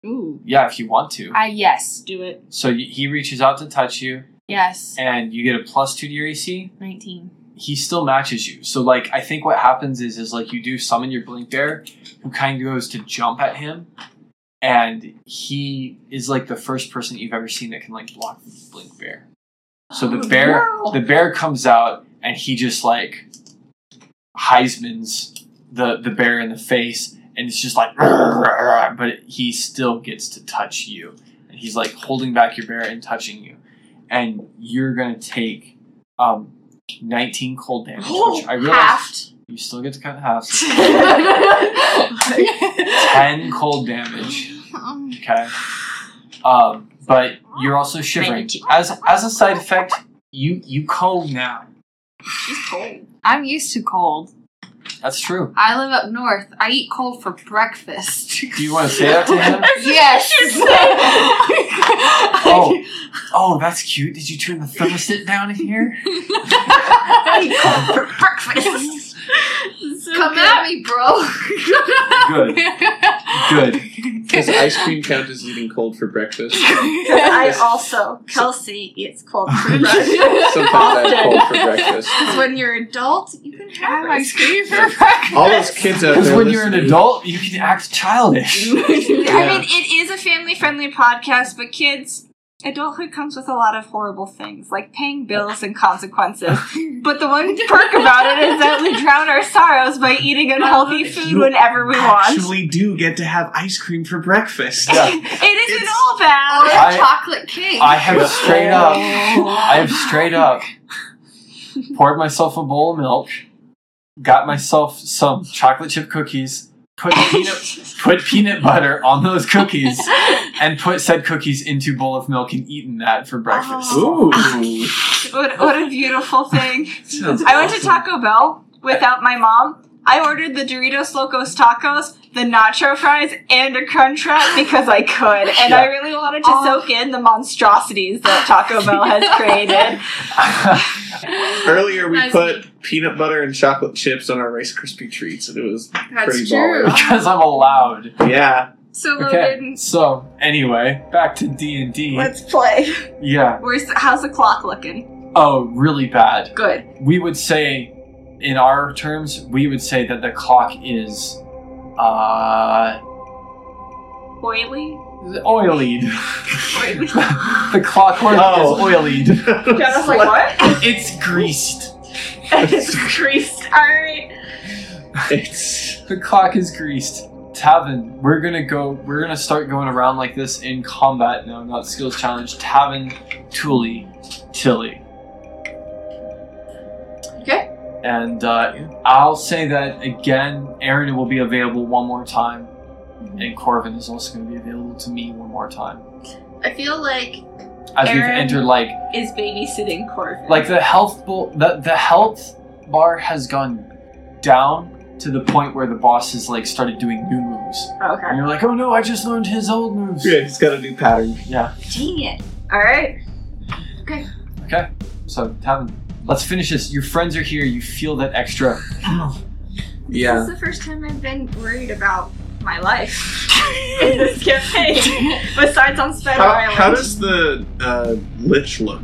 S6: Ooh.
S3: yeah, if you want to.
S6: I yes, do it.
S3: So y- he reaches out to touch you,
S6: Yes.
S3: and you get a plus two to your AC.
S6: 19.
S3: he still matches you. So like I think what happens is is like you do summon your blink bear, who kind of goes to jump at him, and he is like the first person you've ever seen that can like block the blink bear. So the bear the bear comes out and he just like Heisman's the the bear in the face and it's just like but he still gets to touch you. And he's like holding back your bear and touching you. And you're gonna take um 19 cold damage, which I realize you still get to cut in half. so 10 cold damage. Okay. Um, but you're also shivering. As as a side effect, you you cold now.
S6: I'm used to cold.
S3: That's true.
S6: I live up north. I eat cold for breakfast.
S3: Do you want to say that to him?
S6: yes.
S3: Oh, oh, that's cute. Did you turn the thermostat down in here?
S6: I eat cold for breakfast. So
S4: Come
S6: good.
S4: at me, bro.
S3: Good. Good.
S2: Does ice cream count as eating cold for breakfast?
S5: I also, Kelsey eats cold for breakfast.
S2: Sometimes I have cold for breakfast.
S5: Because when you're an adult, you can have ice
S4: cream
S2: for All those kids out
S3: Because
S2: there.
S3: when you're an
S2: listening-
S3: adult, you can act childish.
S5: cream. I
S2: Yeah.
S5: mean, it is a family friendly podcast, but kids, adulthood comes with a lot of horrible things, like paying bills and consequences. but the one perk about it is that we drown our sorrows by eating unhealthy food
S2: You
S5: whenever we want.
S2: actually do get to have ice cream for breakfast.
S3: Yeah.
S5: It isn't
S2: It's-
S5: all bad.
S3: I-
S4: chocolate cake.
S3: I have straight up,
S2: Oh.
S3: I have straight up poured myself a bowl of milk, got myself some chocolate chip cookies, put peanut, put peanut butter on those cookies, and put said cookies into bowl of milk and eaten that for breakfast.
S2: Ooh.
S5: What, what a beautiful thing.
S2: Oh, Sounds
S5: I went to
S2: awesome.
S5: Taco Bell without my mom. I ordered the Doritos Locos Tacos, the nacho fries, and a crunch wrap because I could, and I really wanted to
S6: Oh.
S5: soak in the monstrosities that Taco Bell has created.
S2: Earlier, we
S6: Nice.
S2: put peanut butter and chocolate chips on our Rice Krispie treats, and it was pretty
S6: That's true.
S2: baller.
S3: because I'm allowed.
S2: yeah.
S5: So
S3: Okay.
S5: Logan,
S3: So anyway, back to D and D.
S5: let's play.
S3: Yeah.
S5: Where's how's the clock looking?
S3: Oh, really bad.
S5: Good.
S3: we would say in our terms we would say that the clock is uh
S5: Oily.
S3: oily
S5: Oily.
S3: the clockwork
S2: Oh.
S3: is oily
S5: Jonah's like what?
S3: it's greased
S5: it's creased. All right.
S2: It's
S3: the clock is greased tavin we're gonna go we're gonna start going around like this in combat no not skills challenge tavin Tuli, tilly
S5: Okay.
S3: and uh, i'll say that again aaron will be available one more time
S5: Mm-hmm.
S3: and corvin is also going to be available to me one more time
S5: I feel like
S3: as we've
S5: Aaron-
S3: entered like
S5: is babysitting Corvin.
S3: like the health bo- the, the health bar has gone down to the point where the boss has like started doing new moves and
S5: okay.
S3: you're like oh no i just learned his old moves
S2: yeah, it's got a new pattern.
S3: yeah
S5: Dang it. All right.
S3: so tavin let's finish this your friends are here you feel that extra
S2: Yeah.
S5: This is the first time I've been worried about my life in this campaign. Besides on Spider
S2: How,
S5: Island.
S2: how does the uh, lich look?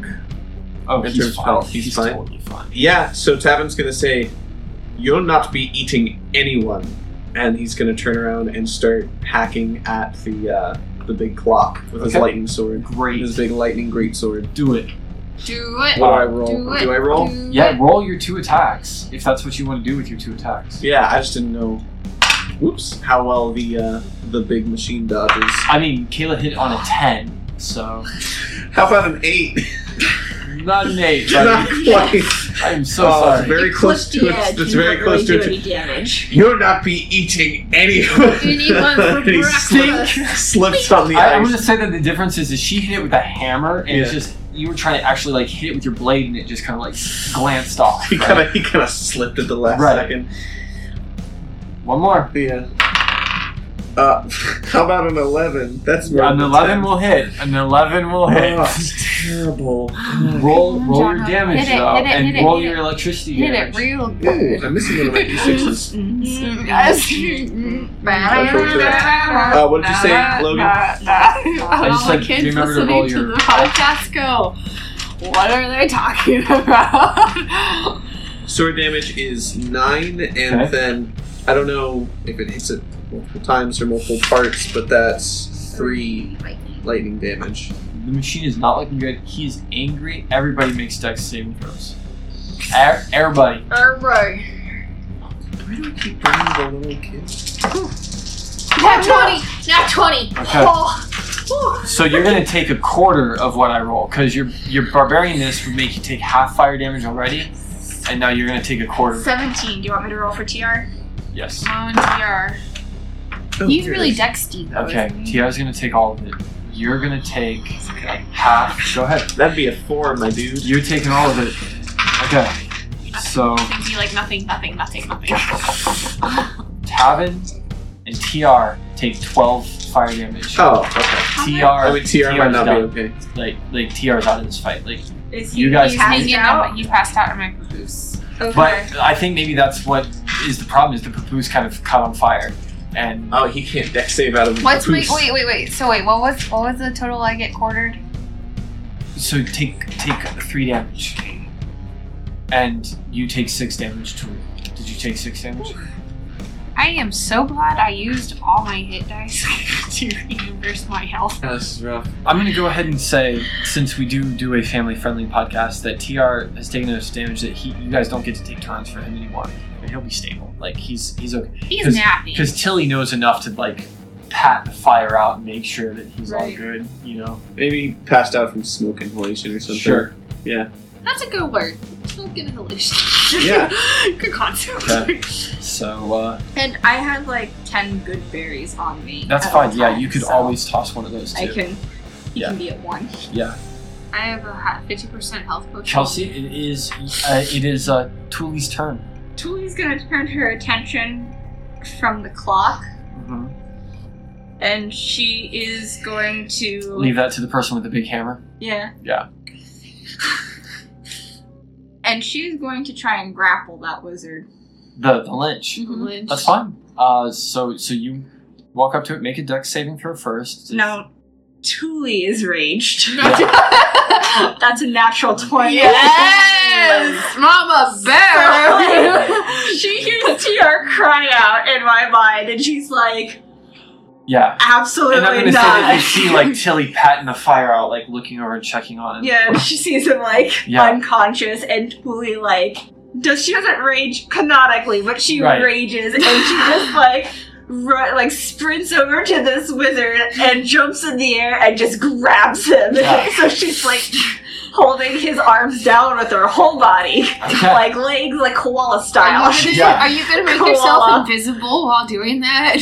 S3: oh
S2: In
S3: he's
S2: terms of
S3: fine
S2: health,
S3: he's,
S2: he's fine.
S3: totally fine
S2: Yeah, so Tavin's gonna say, You'll not be eating anyone. And he's gonna turn around and start hacking at the uh, the big clock with his
S3: Okay.
S2: lightning sword.
S3: great
S2: His big lightning greatsword.
S3: do it
S6: Do
S2: What
S6: it.
S2: do I roll?
S6: Do it.
S2: I roll?
S6: Do
S3: yeah
S6: it.
S3: roll your two attacks if that's what you want to do with your two attacks
S2: Yeah, I just didn't know. Whoops! How well the uh, the big machine dodges.
S3: i mean kayla hit on a 10 so
S2: How about an eight?
S3: not an 8
S2: Not
S3: buddy.
S2: quite.
S3: i am so
S2: Oh,
S3: sorry
S2: it's very close to it. It's very close to it.
S5: damage.
S2: You'll not be eating anyone.
S6: Anyone for
S2: He
S6: breakfast.
S2: slink- Slips on the
S3: I, I'm
S2: ice.
S3: gonna say that the difference is, is she hit it with a hammer, and it's
S2: Yeah.
S3: just you were trying to actually like hit it with your blade, and it just kind of like glanced off.
S2: He
S3: right?
S2: kind of he kind of slipped at the last
S3: Right.
S2: second.
S3: One more.
S2: Yeah. Uh, how about an eleven? That's more
S3: An
S2: than
S3: eleven
S2: 10.
S3: will hit. An eleven will
S2: Oh,
S3: hit.
S2: it's terrible. Ooh,
S3: roll
S6: Come on,
S3: roll your
S6: Jonah.
S3: damage
S6: Hit it,
S3: though,
S6: hit it,
S3: and
S6: hit it,
S3: roll
S6: hit
S3: your
S6: it.
S3: electricity
S6: Hit it
S3: damage.
S6: real good.
S2: I'm missing one of my d6s. Uh, what did you say, Logan?
S3: I
S6: I
S3: just, like, do you remember to roll your-
S6: the podcast go. What are they talking about?
S2: Sword damage is nine, and
S3: Okay.
S2: then I don't know if it hits it multiple times or multiple parts, but that's three lightning damage.
S3: The machine is not looking good. He's angry. Everybody makes dex saving throws. Er- everybody.
S6: Alright.
S2: Why do I keep bringing the little kids?
S6: Nat 20! Nat 20!
S3: Okay.
S6: Oh,
S3: So you're gonna take a quarter of what I roll, because your your barbarianness would make you take half fire damage already, and now you're gonna take a quarter.
S5: 17. Do you want me to roll for TR?
S3: Yes.
S6: Mom and TR.
S2: Oh,
S6: He's
S2: here it
S6: really
S2: is.
S6: dexty though.
S3: Okay,
S6: isn't he?
S3: Tiara's gonna take all of it. You're gonna take half. Go ahead.
S2: That'd be a four, my dude.
S3: You're taking all of it. Okay. So
S6: He'd be like nothing, nothing, nothing, nothing.
S3: Tavin and TR take 12 fire damage.
S2: Oh, okay.
S3: TR,
S2: I mean, TR might not
S3: done.
S2: be okay.
S3: Like, like TR's out of this fight. Like,
S5: Is
S3: You guys
S5: he's
S3: can-
S5: passed
S6: Hanging out.
S5: out?
S6: You passed out in my caboose.
S5: Okay.
S3: But I think maybe that's what is the problem is the poo-poo's kind of caught on fire. And
S2: Oh, he can't deck save out of the
S6: What's wait
S2: caboose.
S6: wait wait wait. So wait, what was what was the total I get quartered?
S3: so take take three damage. And you take six damage to Did you take six damage?
S6: I am so glad I used all my hit dice to reimburse my health.
S2: Oh, this is rough.
S3: I'm gonna go ahead and say, since we do do a family-friendly podcast, that Tr has taken enough damage that he, you guys don't get to take turns for him anymore, and he'll be stable. Like he's he's okay
S6: He's nappy.
S3: because Tilly knows enough to like pat the fire out and make sure that he's all
S5: Right.
S3: good. You know,
S2: Maybe he passed out from smoke inhalation or something.
S5: That's a good word. Smoke inhalation.
S2: Yeah.
S5: good concept.
S3: Okay. So uh,
S5: And I had like ten good berries on me.
S3: that's
S5: at all
S3: fine. Yeah,
S5: times,
S3: you could
S5: so
S3: always toss one of those
S5: I
S3: too.
S5: can. He
S3: Yeah.
S5: can be at one.
S3: Yeah,
S6: I have a fifty percent health potion.
S3: Chelsea, it is uh, it is uh, Tully's turn.
S5: Tully's gonna turn her attention from the clock, Mm-hmm. and she is going to
S3: Leave that to the person with the big hammer.
S5: Yeah.
S3: Yeah.
S5: and she's going to try and grapple that wizard.
S3: The the lynch.
S6: Lynch.
S3: That's fine. Uh, so so you walk up to it, make a dex saving throw first.
S5: No, Tuli is raged.
S6: Yeah.
S5: That's a natural 20.
S6: Yes, Mama Bear.
S5: she hears TR cry out in my mind, and she's like,
S3: Yeah. And I'm
S5: absolutely
S3: gonna say that
S5: not.
S3: you see like Tilly patting the fire out, like looking over and checking on it.
S5: yeah, and she sees him like
S3: Um, Yeah.
S5: unconscious, and Tuli like does she doesn't rage canonically, but she
S3: Right.
S5: rages, and she just like. Run, like sprints over to this wizard and jumps in the air and just grabs him.
S3: Yeah.
S5: so she's like holding his arms down with her whole body,
S3: Okay.
S5: like legs, like koala
S6: Are
S5: style.
S6: you, gonna,
S3: Yeah.
S6: are you gonna make
S5: Koala.
S6: yourself invisible while doing that?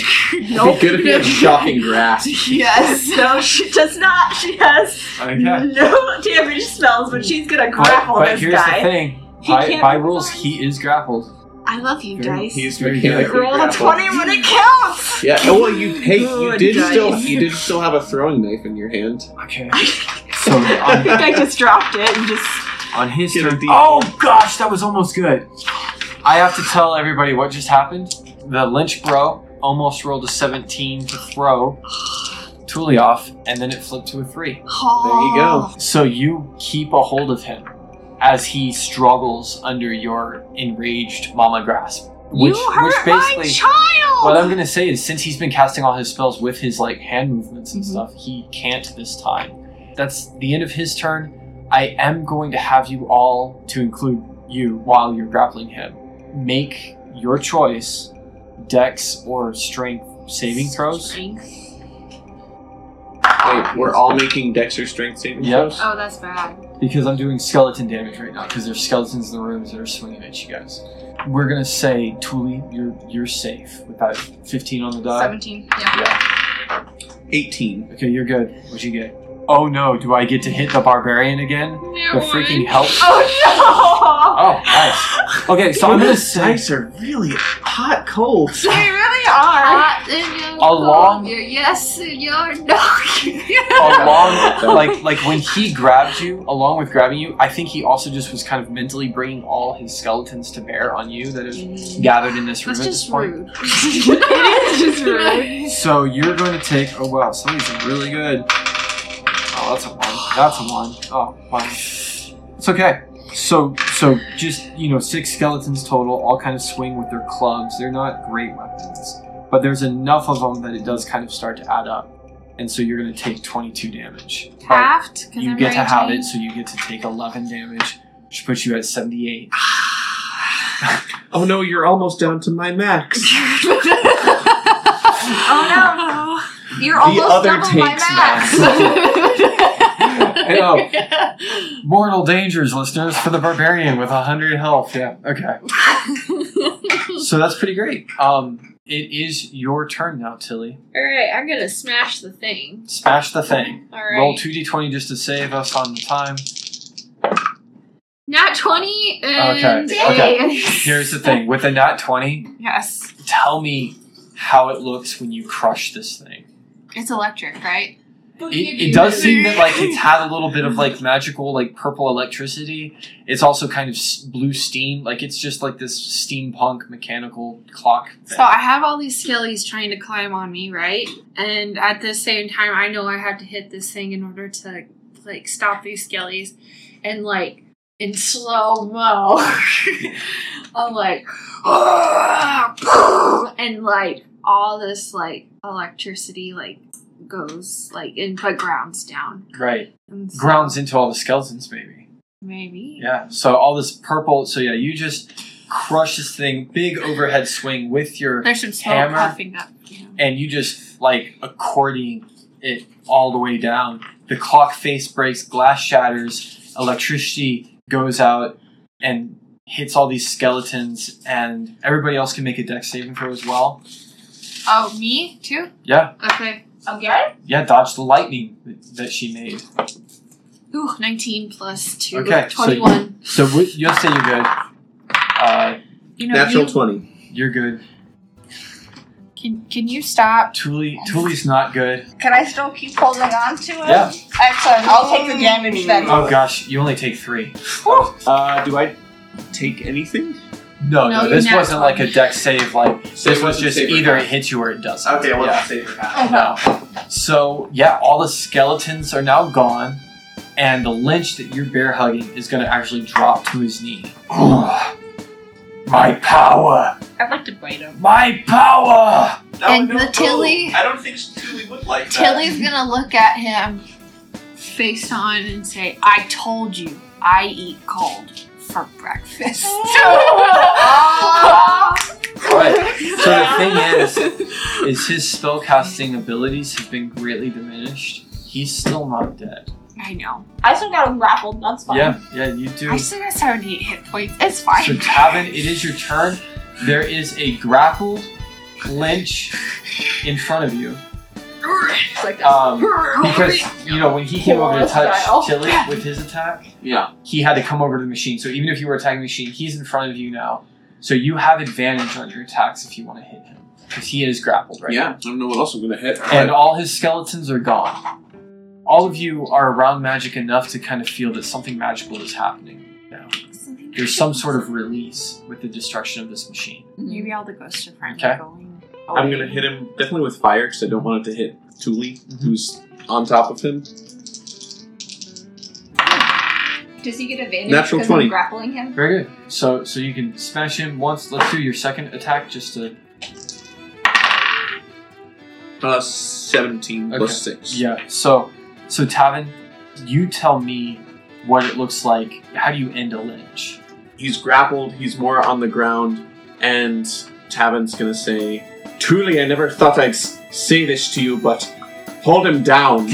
S2: Nope. Gonna be a shocking grasp.
S6: yes.
S5: No, she does not. She has
S3: Okay.
S5: no damage spells, but she's gonna
S3: But,
S5: grapple
S3: but
S5: this
S3: here's
S5: guy.
S3: the thing.
S5: He
S3: By,
S5: can't
S3: by
S5: be
S3: rules,
S5: fine.
S3: he is grappled.
S5: I love you, dice.
S2: He's
S3: Very
S2: mechanically
S5: Roll a
S2: grappled.
S5: twenty when it counts.
S2: Yeah. Oh, well, you hey, you
S5: Good
S2: did
S5: dice.
S2: still you did still have a throwing knife in your hand.
S3: Okay. So
S5: I think
S3: on,
S5: I just dropped it and just.
S3: on his
S2: Get a
S3: turn.
S2: D-
S3: Oh gosh, that was almost good. I have to tell everybody what just happened. The lynch bro almost rolled a 17 to throw Tully off, and then it flipped to a three.
S2: There you go.
S3: So you keep a hold of him as he struggles under your enraged mama grasp. Which,
S5: you hurt
S3: which
S5: my
S3: basically,
S5: child.
S3: what I'm gonna say is, since he's been casting all his spells with his like hand movements and
S5: Mhm.
S3: stuff, he can't this time. That's the end of his turn. I am going to have you all to include you while you're grappling him. Make your choice, dex or strength saving throws.
S6: Oh,
S2: Wait, we're all making Dexter strength saving
S3: Yep.
S2: throws.
S6: Oh, that's bad.
S3: because I'm doing skeleton damage right now because there's skeletons in the rooms that are swinging at you guys. We're gonna say Tuli, you're you're safe with that 15 on the die.
S5: Seventeen. Yeah.
S3: Yeah.
S2: Eighteen.
S3: Okay, you're good. What'd you get? Oh no, do I get to hit the barbarian again? the freaking help.
S5: Oh
S3: Oh, nice. Okay, so I'm gonna say
S2: dice are really hot cold.
S5: no! They really are.
S6: Hot and you're
S3: Along-
S6: cold. You're yes, and you're
S3: Oh,
S6: no.
S3: along like like when he grabbed you, along with grabbing you, I think he also just was kind of mentally bringing all his skeletons to bear on you that is gathered in this room
S6: That's
S3: at this
S6: just
S3: point.
S6: rude. it is just rude.
S3: So you're going to take. Oh wow, somebody's really good. Oh, that's a one. That's a one. Oh, wow. It's okay. So, so just you know, six skeletons total, all kind of swing with their clubs. They're not great weapons, but there's enough of them that it does kind of start to add up. And so you're going to take 22 damage. But
S6: Halved? 'Cause
S3: you
S6: I'm
S3: get to have
S6: raging.
S3: it, so you get to take 11 damage, which puts you at 78.
S2: Oh no, you're almost down to my max.
S5: Oh
S6: You're
S2: The
S6: almost
S2: other
S6: double my
S2: takes
S6: max.
S3: I know. Mortal dangers, listeners, for the barbarian with 100 health. Yeah, okay. so that's pretty great. Um, it is your turn now, Tilly.
S6: All right, I'm gonna smash the thing.
S3: Smash the thing.
S6: All right.
S3: Roll 2d20 just to save us on the time.
S6: Not 20 and
S3: Okay, okay.
S6: eight.
S3: Here's the thing with a nat 20,
S6: Yes.
S3: tell me how it looks when you crush this thing.
S6: It's electric, right?
S3: it, it does seem that like it's had a little bit of like magical like purple electricity it's also kind of s- blue steam like it's just like this steampunk mechanical clock
S6: So I have all these skellies trying to climb on me, right? And at the same time, I know I have to hit this thing in order to like stop these skellies, and like in slow mo, I'm like, and like all this like electricity like goes like and put grounds down.
S3: right
S6: And so-
S3: grounds into all the skeletons maybe
S6: maybe.
S3: Yeah. So all this purple. So yeah, you just crush this thing, big overhead swing with your,
S6: There's some smoke
S3: Hammer.
S6: puffing up. you know.
S3: and you just like accordion it all the way down. The clock face breaks, glass shatters, electricity goes out, and hits all these skeletons. And everybody else can make a deck saving throw as well.
S6: Oh, me too.
S3: Yeah.
S6: Okay.
S5: Okay.
S3: Yeah. Dodge the lightning that- that she made.
S6: Ooh, 19 plus 2.
S3: Okay, so-
S6: 21.
S3: So wi- you'll say you're good. Uh,
S6: you know,
S2: Natural
S6: you,
S2: 20.
S3: you're good.
S6: can, can you stop?
S3: Tuli, Tuli's not good.
S5: Can I still keep holding on to it?
S3: Yeah.
S5: Excellent. I'll take the damage then.
S3: Oh gosh, you only take three.
S2: Uh, do I take anything?
S3: No,
S6: No,
S3: no,
S6: you
S3: this
S6: nat
S3: wasn't like a deck save. Like this was just
S2: Save or
S3: either
S2: pass.
S3: it hits you or it doesn't.
S2: Okay, I
S3: well,
S2: want to save or
S5: Oh,
S2: pass.
S3: So yeah, all the skeletons are now gone, and the lynch that you're bear hugging is going to actually drop to his knee. my power,
S5: I'd like to bite him.
S3: my power.
S2: No,
S6: And
S2: no,
S6: the
S2: no.
S6: Tilly-
S2: I don't think Tilly would like that.
S6: Tilly's gonna look at him face on and say, I told you I eat cold for breakfast.
S3: So the thing is, is his spellcasting abilities have been greatly diminished. He's still not dead.
S6: I know.
S5: I still got him grappled. That's fine.
S3: Yeah, yeah, you do.
S6: I still got 78 hit points. It's fine.
S3: So Tavin, it is your turn. There is a grappled lynch in front of you.
S5: It's like that.
S3: Um, because you know when he came over to
S5: Style.
S3: touch Chili with his attack,
S2: Yeah.
S3: he had to come over to the machine. So even if you were attacking the machine, he's in front of you now. So you have advantage on your attacks if you want to hit him. Because he is grappled right
S2: Yeah, I don't know what else I'm going to hit.
S3: now. And all his skeletons are gone. All of you are around magic enough to kind of feel that something magical is happening now. There's some sort of release with the destruction of this machine.
S6: Maybe all the ghosts are finally
S3: Okay.
S6: going.
S2: I'm going to hit him definitely with fire because I don't want it to hit Tuli,
S3: Mhm.
S2: who's on top of him.
S5: Does he get advantage
S2: Natural
S5: because
S2: 20.
S5: I'm grappling him?
S3: Very good. So so you can smash him once. Let's do your second attack just to
S2: Uh, 17 plus 6.
S3: Yeah. So so Tavin, you tell me what it looks like. How do you end a lynch?
S2: He's grappled, he's more on the ground, and Tavin's going to say, Truly, I never thought I'd s- say this to you, but hold him down.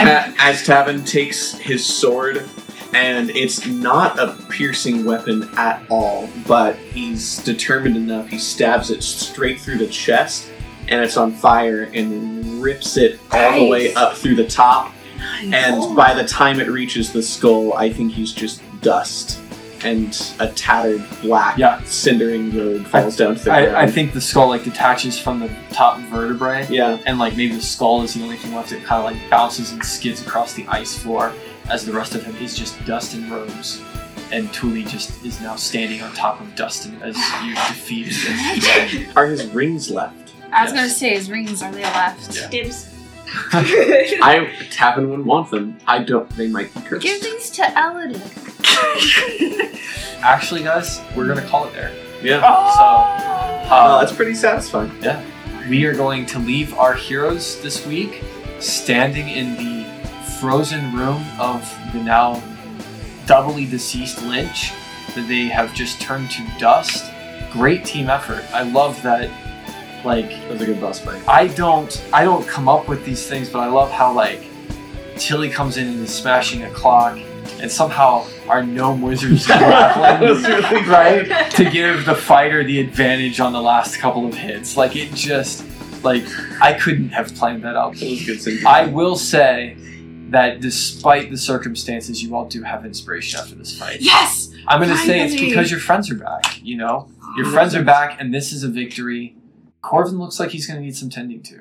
S2: A- As Tavin takes his sword, and it's not a piercing weapon at all, but he's determined enough, he stabs it straight through the chest, and it's on fire and rips it all the way
S5: Nice.
S2: up through the top. And by the time it reaches the skull, I think he's just dust. And a tattered black
S3: Yeah.
S2: cindering road falls down to the ground.
S3: I, I think the skull like detaches from the top vertebrae,
S2: yeah,
S3: and like maybe the skull is the only thing left. It kind of like bounces and skids across the ice floor as the rest of him is just dust and robes. And Tuli just is now standing on top of Dustin as you defeat this.
S2: are his rings left?
S6: I
S3: Yes.
S6: was gonna say his rings are they left?
S3: Yeah.
S5: Dibs.
S2: I Tavin wouldn't want them. I don't. They might be cursed.
S6: Give these to Elodie.
S3: Actually, guys, we're gonna call it there.
S2: Yeah.
S3: So
S5: Oh.
S2: Uh,
S3: uh,
S2: that's pretty satisfying.
S3: we are going to leave our heroes this week standing in the frozen room of the now doubly deceased Lynch that they have just turned to dust. Great team effort. I love that. Like
S2: That was a good boss fight.
S3: I don't I don't come up with these things, but I love how like Tilly comes in and is smashing a clock, and somehow our gnome wizards
S2: That
S3: grappling
S2: was really good.
S3: right? to give the fighter the advantage on the last couple of hits. Like it just like I couldn't have planned that out.
S2: That was good. Cindy.
S3: I will say that despite the circumstances, you all do have inspiration after this fight.
S6: Yes!
S3: I'm gonna say it's
S6: Finally.
S3: because your friends are back, you know? Your friends are back and this is a victory Corvin looks like he's going to need some tending to.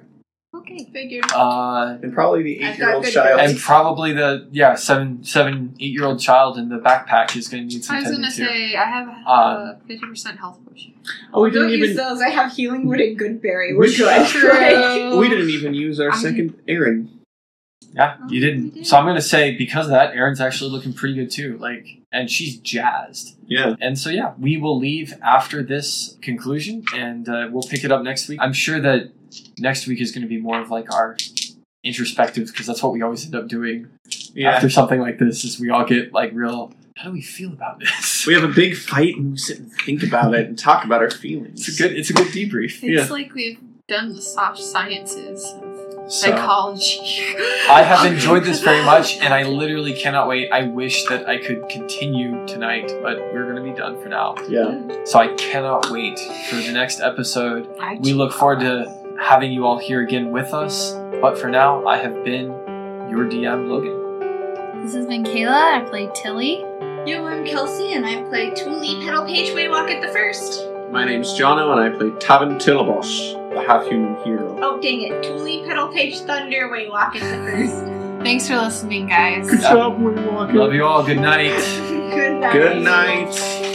S5: Okay, figured.
S3: Uh,
S2: And probably the
S5: I've got
S2: eight year old
S5: good
S2: child.
S3: and probably the yeah seven seven eight year old child in the backpack is going to need some
S6: I was
S3: tending
S6: gonna
S3: to.
S6: say I have a
S3: Um,
S6: fifty percent health potion.
S2: oh, we
S5: Don't
S2: didn't
S5: use
S2: even.
S5: those. I have healing wood and good berry.
S2: We
S5: We're
S2: should-
S5: good. Like-
S2: We didn't even use our
S6: I-
S2: second Aaron.
S3: Yeah,
S6: Oh,
S3: you didn't.
S6: we did.
S3: So I'm gonna say because of that, Erin's actually looking pretty good too. Like, and she's jazzed.
S2: Yeah.
S3: And so yeah, we will leave after this conclusion, and uh, we'll pick it up next week. I'm sure that next week is gonna be more of like our introspective because that's what we always end up doing after something like this. Is we all get like real. How do we feel about this?
S2: We have a big fight and we sit and think about it and talk about our feelings.
S3: it's a good. It's a good debrief.
S6: It's
S2: Yeah.
S6: like we've done the soft sciences of
S3: So.
S6: psychology.
S3: I have enjoyed this very much, and I literally cannot wait. I wish that I could continue tonight, but we're going to be done for now.
S2: Yeah.
S3: So I cannot wait for the next episode.
S6: I
S3: We look forward to having you all here again with us. But for now, I have been your DM, Logan.
S4: This has been Kayla. I played Tilly.
S5: Yo, I'm Kelsey, and I play Tuli Petal Page Waywalk at the first.
S2: My name's Jono and I play Tavin Tillabosh, the half human hero.
S5: Oh, dang it. Tuli Petal Page Thunder Waywalk at the first.
S6: Thanks for listening, guys.
S2: job, Windwalker.
S3: Love you all. Good night.
S5: Good night.
S2: Good night.